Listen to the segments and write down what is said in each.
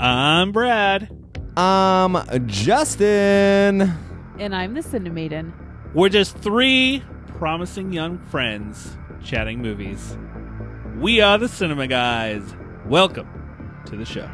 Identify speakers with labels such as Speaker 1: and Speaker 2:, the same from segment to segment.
Speaker 1: I'm Brad.
Speaker 2: Um, Justin.
Speaker 3: And I'm the Cinemaiden.
Speaker 1: We're just three promising young friends chatting movies. We are the Cinema Guys. Welcome to the show.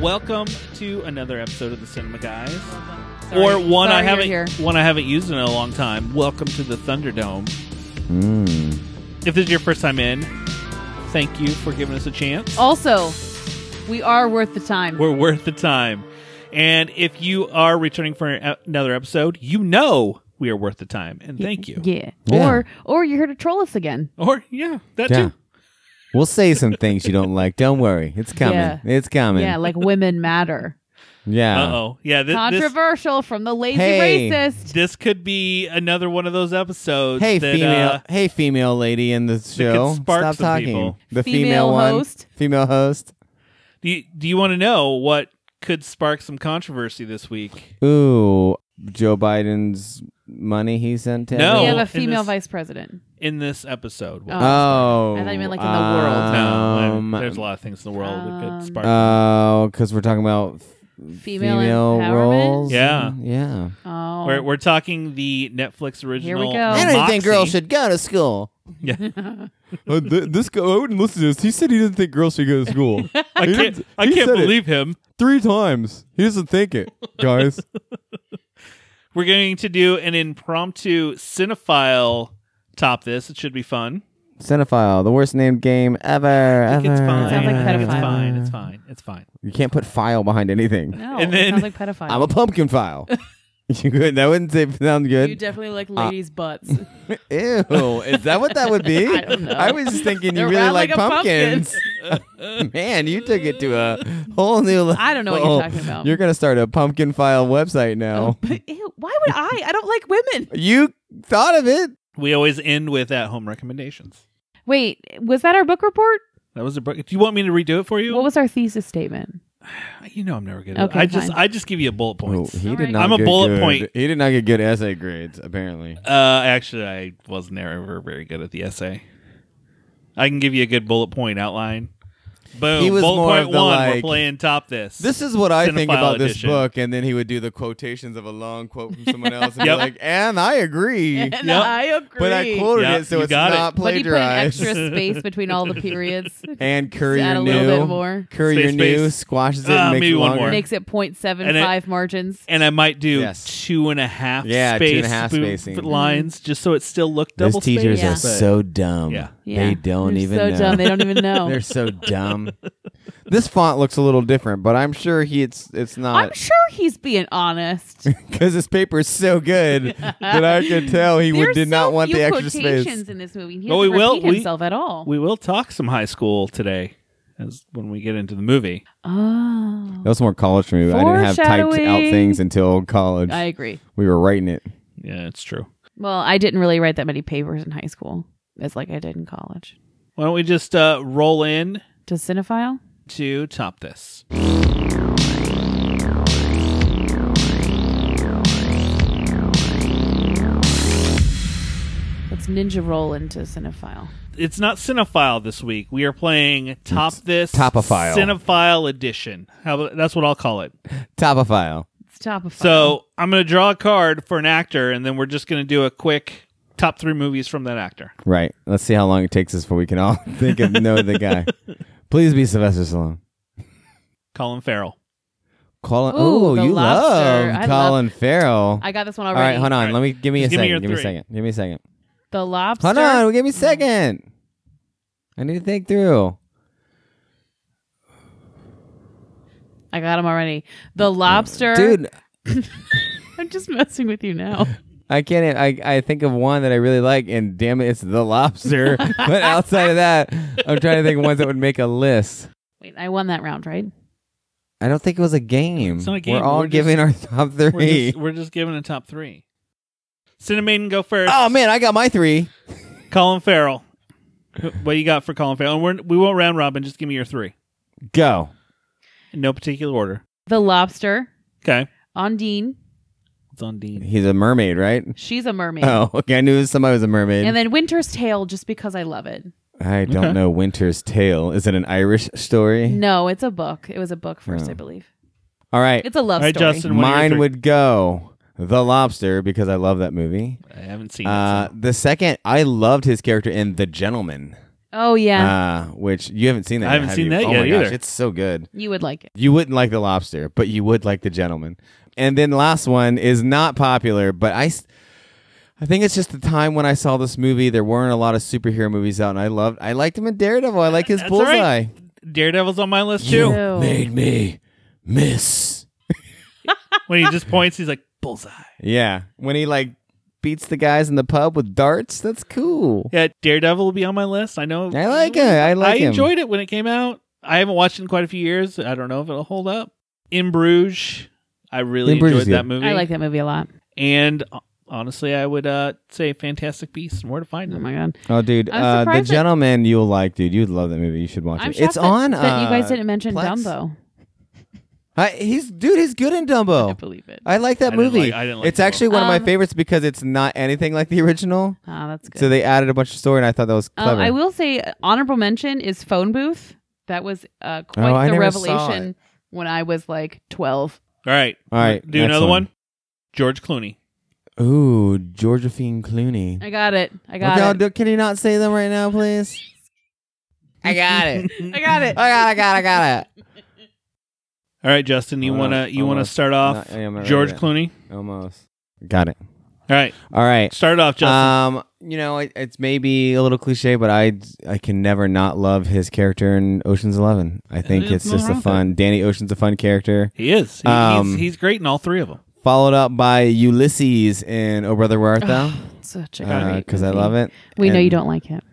Speaker 1: Welcome to another episode of the Cinema Guys.
Speaker 3: Sorry.
Speaker 1: Or one
Speaker 3: Sorry
Speaker 1: I
Speaker 3: you're
Speaker 1: haven't
Speaker 3: here.
Speaker 1: one I haven't used in a long time. Welcome to the Thunderdome.
Speaker 2: Mm.
Speaker 1: If this is your first time in, thank you for giving us a chance.
Speaker 3: Also, we are worth the time.
Speaker 1: We're worth the time. And if you are returning for an- another episode, you know we are worth the time. And thank you.
Speaker 3: yeah.
Speaker 2: Yeah.
Speaker 3: Or or you're here to troll us again.
Speaker 1: Or yeah, that
Speaker 2: Yeah.
Speaker 1: too.
Speaker 2: We'll say some things you don't like. Don't worry. It's coming.
Speaker 3: Yeah.
Speaker 2: It's coming.
Speaker 3: Yeah,
Speaker 2: Yeah.
Speaker 3: like women matter.
Speaker 1: Uh oh. Yeah. This, this
Speaker 3: Controversial from the lazy
Speaker 2: Hey.
Speaker 3: racist.
Speaker 1: this could be another one of those episodes.
Speaker 2: Hey
Speaker 1: that,
Speaker 2: female,
Speaker 1: uh,
Speaker 2: hey female lady in the show.
Speaker 1: spark
Speaker 2: Stop
Speaker 1: some
Speaker 2: talking.
Speaker 1: people.
Speaker 2: The
Speaker 3: Female
Speaker 2: female, one.
Speaker 3: host.
Speaker 2: Female host.
Speaker 1: do you, do you want to know what could spark some controversy this week?
Speaker 2: Ooh, Joe Biden's money he sent to.
Speaker 1: No.
Speaker 3: we
Speaker 2: everyone?
Speaker 3: have
Speaker 1: in
Speaker 3: a female
Speaker 1: this-
Speaker 3: vice president.
Speaker 1: In this episode,
Speaker 3: Oh.
Speaker 2: Oh,
Speaker 3: I thought you meant, like, in the world.
Speaker 1: no, I'm-
Speaker 2: um,
Speaker 1: there's a lot of things in the world that
Speaker 3: Um,
Speaker 1: could spark.
Speaker 2: Oh, because we're talking about f-
Speaker 3: Female
Speaker 2: female
Speaker 3: empowerment?
Speaker 2: roles.
Speaker 1: Yeah.
Speaker 2: and- yeah.
Speaker 3: Oh.
Speaker 1: we're, we're talking the Netflix original.
Speaker 3: go.
Speaker 2: I don't even think
Speaker 1: Moxie.
Speaker 2: girls should go to school.
Speaker 1: Yeah.
Speaker 2: Uh, th- this guy, I wouldn't listen to this. He said he didn't think girls should go to school.
Speaker 1: I
Speaker 2: He
Speaker 1: can't.
Speaker 2: didn't-
Speaker 1: I
Speaker 2: he
Speaker 1: can't
Speaker 2: said it
Speaker 1: believe him.
Speaker 2: three times. He doesn't think it, guys.
Speaker 1: We're going to do an impromptu cinephile top this. It should be fun.
Speaker 2: Cinephile, the worst named game ever.
Speaker 1: I think it's
Speaker 2: ever,
Speaker 1: fine.
Speaker 3: Sounds like
Speaker 1: I think it's
Speaker 3: pedophile.
Speaker 1: fine. It's fine. It's fine.
Speaker 2: You can't put file behind anything.
Speaker 3: no,
Speaker 1: and
Speaker 3: and
Speaker 1: then-
Speaker 3: then, sounds like pedophile.
Speaker 2: I'm a pumpkin file. you good? That wouldn't say, sound
Speaker 3: you
Speaker 2: good. Uh,
Speaker 3: definitely like ladies' butts.
Speaker 2: Ew, is that what that would be?
Speaker 3: I don't know.
Speaker 2: was just thinking you
Speaker 3: They're
Speaker 2: really
Speaker 3: round
Speaker 2: like,
Speaker 3: like a pumpkin.
Speaker 2: pumpkins. Man, you took it to a whole new. level.
Speaker 3: I don't know what you're talking about. Oh,
Speaker 2: You're gonna start a pumpkin file website now.
Speaker 3: But ew, why would I? I don't like women.
Speaker 2: You thought of it.
Speaker 1: We always end with at home recommendations.
Speaker 3: Wait, was that our book report?
Speaker 1: That was a break. Do you want me to redo it for you?
Speaker 3: What was our thesis statement?
Speaker 1: you know I'm never good.
Speaker 3: Okay,
Speaker 1: I just
Speaker 3: fine.
Speaker 1: I just give you bullet points.
Speaker 2: Oh, he
Speaker 3: All
Speaker 2: did
Speaker 3: right.
Speaker 2: not
Speaker 1: I'm a
Speaker 2: get
Speaker 1: bullet
Speaker 2: good-
Speaker 1: point.
Speaker 2: He did not get good essay grades, apparently.
Speaker 1: Uh, actually, I wasn't ever very good at the essay. I can give you a good bullet point outline. Boom.
Speaker 2: He was
Speaker 1: bullet
Speaker 2: more
Speaker 1: point
Speaker 2: of the,
Speaker 1: one. we're
Speaker 2: like,
Speaker 1: playing top this.
Speaker 2: This is what I think
Speaker 1: Cinephile
Speaker 2: about this
Speaker 1: edition.
Speaker 2: book, and then he would do the quotations of a long quote from someone else, and
Speaker 1: Yep.
Speaker 2: be like, "And I agree,
Speaker 3: And
Speaker 1: Yep.
Speaker 3: I agree.
Speaker 2: but I quoted
Speaker 1: Yeah,
Speaker 2: it, so
Speaker 1: you
Speaker 2: it's
Speaker 1: got it.
Speaker 2: not
Speaker 3: But he put an
Speaker 2: plagiarized."
Speaker 3: extra space between all the periods.
Speaker 2: and
Speaker 3: to add
Speaker 2: courier
Speaker 3: a
Speaker 2: new,
Speaker 3: little bit more.
Speaker 2: courier
Speaker 1: Space,
Speaker 2: new
Speaker 1: space.
Speaker 2: squashes it,
Speaker 1: Uh,
Speaker 2: and makes
Speaker 1: maybe
Speaker 2: it
Speaker 1: one
Speaker 2: longer.
Speaker 1: more.
Speaker 3: Makes it 0.75 margins.
Speaker 1: and I might do
Speaker 2: Yes.
Speaker 1: two and a half
Speaker 2: Yeah, two
Speaker 1: space
Speaker 2: and a half
Speaker 1: spoof
Speaker 2: spacing.
Speaker 1: lines just so it still looked
Speaker 2: Those
Speaker 1: double
Speaker 2: teachers
Speaker 1: spaced,
Speaker 2: are
Speaker 3: Yeah.
Speaker 1: but-
Speaker 2: so dumb.
Speaker 1: Yeah.
Speaker 3: Yeah.
Speaker 2: They don't
Speaker 3: They're
Speaker 2: even
Speaker 3: so
Speaker 2: know.
Speaker 3: dumb. They don't even know.
Speaker 2: They're so dumb. this font looks a little different, but I'm sure he it's it's not.
Speaker 3: I'm sure he's being honest.
Speaker 2: because his paper is so good that I could tell he
Speaker 3: There's
Speaker 2: would, did
Speaker 3: so
Speaker 2: not want
Speaker 3: few
Speaker 2: the extra
Speaker 3: quotations
Speaker 2: space.
Speaker 3: in this movie. He
Speaker 1: Well,
Speaker 3: doesn't
Speaker 1: we will-
Speaker 3: repeat
Speaker 1: we-
Speaker 3: himself at all.
Speaker 1: We will talk some high school today as when we get into the movie.
Speaker 3: oh,
Speaker 2: That was more college for me. but I didn't have typed out
Speaker 3: Foreshadowing.
Speaker 2: things until college.
Speaker 3: I agree.
Speaker 2: we were writing it.
Speaker 1: Yeah, it's true.
Speaker 3: Well, I didn't really write that many papers in high school as like I did in college.
Speaker 1: Why don't we just uh, roll in
Speaker 3: To cinephile?
Speaker 1: to top this?
Speaker 3: Let's ninja roll into cinephile.
Speaker 1: It's not Cinephile this week. We are playing Top This
Speaker 2: Topophile.
Speaker 1: Cinephile Edition. How about, that's what I'll call it.
Speaker 2: Top of file.
Speaker 3: It's top of file.
Speaker 1: So I'm going to draw a card for an actor, and then we're just going to do a quick top three movies from that actor.
Speaker 2: Right. Let's see how long it takes us before we can all think of know the guy. Please be Sylvester Stallone.
Speaker 1: Colin Farrell.
Speaker 2: Colin.
Speaker 3: Ooh,
Speaker 2: Oh,
Speaker 3: the
Speaker 2: you
Speaker 3: lobster.
Speaker 2: love
Speaker 3: I
Speaker 2: Colin Farrell.
Speaker 3: I got this one
Speaker 2: all
Speaker 3: already.
Speaker 2: right, hold on.
Speaker 1: All right.
Speaker 2: Let me give me
Speaker 1: Just
Speaker 2: a
Speaker 1: give me
Speaker 2: second.
Speaker 1: your
Speaker 2: give me a
Speaker 1: three.
Speaker 2: second. Give me a second.
Speaker 3: The lobster.
Speaker 2: Hold on. Give me a second. I need to think through.
Speaker 3: I got him already. The lobster.
Speaker 2: Dude,
Speaker 3: I'm just messing with you now.
Speaker 2: I can't. e, I I think of one that I really like, and damn it, it's the lobster. but outside of that, I'm trying to think of ones that would make a list.
Speaker 3: Wait, I won that round, right?
Speaker 2: I don't think it was a game.
Speaker 1: It's not a game.
Speaker 2: We're all
Speaker 1: We're just-
Speaker 2: giving our top
Speaker 1: We're
Speaker 2: three.
Speaker 1: just, we're just giving a top three. Cinemaiden, go first.
Speaker 2: Oh man, I got my three.
Speaker 1: Colin Farrell. Wh- What you got for Colin Farrell? And we're, we won't round robin. Just give me your three.
Speaker 2: Go.
Speaker 1: In no particular order.
Speaker 3: The lobster,
Speaker 1: Okay.
Speaker 3: Undine,
Speaker 1: It's on Dean.
Speaker 2: He's a mermaid, right?
Speaker 3: she's a mermaid.
Speaker 2: Oh, okay. I knew somebody was a mermaid.
Speaker 3: And then Winter's Tale, just because I love it.
Speaker 2: I don't
Speaker 1: Okay.
Speaker 2: know Winter's Tale. Is it an Irish story?
Speaker 3: No, it's a book. It was a book first,
Speaker 2: Oh.
Speaker 3: I believe.
Speaker 2: All right.
Speaker 3: It's a love
Speaker 1: All right,
Speaker 3: story.
Speaker 1: Justin. It's in one of your
Speaker 2: Mine
Speaker 1: three.
Speaker 2: would go The Lobster because I love that movie.
Speaker 1: I haven't seen
Speaker 2: Uh,
Speaker 1: it.
Speaker 2: the second, I loved his character in The Gentleman,
Speaker 3: Oh yeah,
Speaker 2: uh, which you haven't seen that.
Speaker 1: I
Speaker 2: yet,
Speaker 1: haven't
Speaker 2: have
Speaker 1: seen
Speaker 2: you?
Speaker 1: that
Speaker 2: oh
Speaker 1: yet
Speaker 2: my gosh,
Speaker 1: either.
Speaker 2: It's so good.
Speaker 3: you would like it.
Speaker 2: You wouldn't like The Lobster, but you would like The Gentleman. And then last one is not popular, but I. s- I think it's just the time when I saw this movie. There weren't a lot of superhero movies out, and I loved. I liked him in Daredevil. I like his
Speaker 1: That's all
Speaker 2: bullseye.
Speaker 1: right. Daredevil's on my list
Speaker 2: You
Speaker 1: too.
Speaker 3: Ew.
Speaker 2: made me miss.
Speaker 1: when he just points, he's like bullseye.
Speaker 2: Yeah, when he like beats the guys in the pub with darts, that's cool.
Speaker 1: Yeah, Daredevil will be on my list. I know.
Speaker 2: I like it. I like
Speaker 1: I
Speaker 2: him.
Speaker 1: enjoyed it when it came out. I haven't watched it in quite a few years. I don't know if it'll hold up. In Bruges, I really
Speaker 2: In Bruges is
Speaker 1: enjoyed that
Speaker 2: good.
Speaker 1: movie.
Speaker 3: I like that movie a lot.
Speaker 1: And uh, honestly, I would uh, say Fantastic Beasts and Where to Find
Speaker 3: Oh
Speaker 1: Them.
Speaker 3: my god,
Speaker 2: Oh, dude,
Speaker 3: I'm
Speaker 2: uh, the
Speaker 3: surprised that-
Speaker 2: gentleman you'll like, dude. You'd love that movie. You should watch
Speaker 3: I'm
Speaker 2: it.
Speaker 3: shocked
Speaker 2: It's
Speaker 3: that,
Speaker 2: on.
Speaker 3: that you guys
Speaker 2: uh,
Speaker 3: didn't mention
Speaker 2: Plex.
Speaker 3: Dumbo.
Speaker 2: I, he's dude. He's good in
Speaker 3: I
Speaker 2: Dumbo.
Speaker 3: believe it.
Speaker 2: Oh. I like that
Speaker 1: I didn't
Speaker 2: movie.
Speaker 1: like- I didn't like
Speaker 2: it's
Speaker 1: Dumbo.
Speaker 2: actually one of
Speaker 3: Um,
Speaker 2: my favorites because it's not anything like the original.
Speaker 3: Ah, that's good.
Speaker 2: So they added a bunch of story, and I thought that was
Speaker 3: Um,
Speaker 2: clever.
Speaker 3: I will say uh, honorable mention is phone booth. That was uh, quite
Speaker 2: Oh, I
Speaker 3: the
Speaker 2: never saw
Speaker 3: revelation when I was like twelve.
Speaker 1: All right.
Speaker 2: All right,
Speaker 1: Do
Speaker 2: next
Speaker 1: another one.
Speaker 2: one.
Speaker 1: George Clooney.
Speaker 2: Ooh, Georgiophine Clooney.
Speaker 3: I got it. I got
Speaker 2: Okay,
Speaker 3: it.
Speaker 2: do- Can you not say them right now, please? I got it.
Speaker 3: I got it.
Speaker 2: I got. Oh, I got. I got it.
Speaker 1: All right, Justin, you
Speaker 2: Hold on,
Speaker 1: wanna you wanna
Speaker 2: almost.
Speaker 1: start off
Speaker 2: No, I am not
Speaker 1: Uh, George
Speaker 2: ready.
Speaker 1: Clooney?
Speaker 2: Almost. Got it.
Speaker 1: All right,
Speaker 2: All right.
Speaker 1: start it off, Justin.
Speaker 2: Um, you know, it, it's maybe a little cliche, but I I can never not love his character in Ocean's Eleven. I think
Speaker 1: There's
Speaker 2: it's just
Speaker 1: nothing
Speaker 2: a
Speaker 1: wrong
Speaker 2: fun. Danny Ocean's a fun character,
Speaker 1: he is. He, he's,
Speaker 2: um,
Speaker 1: he's great in all three of them.
Speaker 2: followed up by Ulysses in Oh Brother Where Art Thou?
Speaker 3: Such a great
Speaker 2: Because Uh, I
Speaker 3: movie.
Speaker 2: love it.
Speaker 3: We know
Speaker 2: And-
Speaker 3: you don't like it.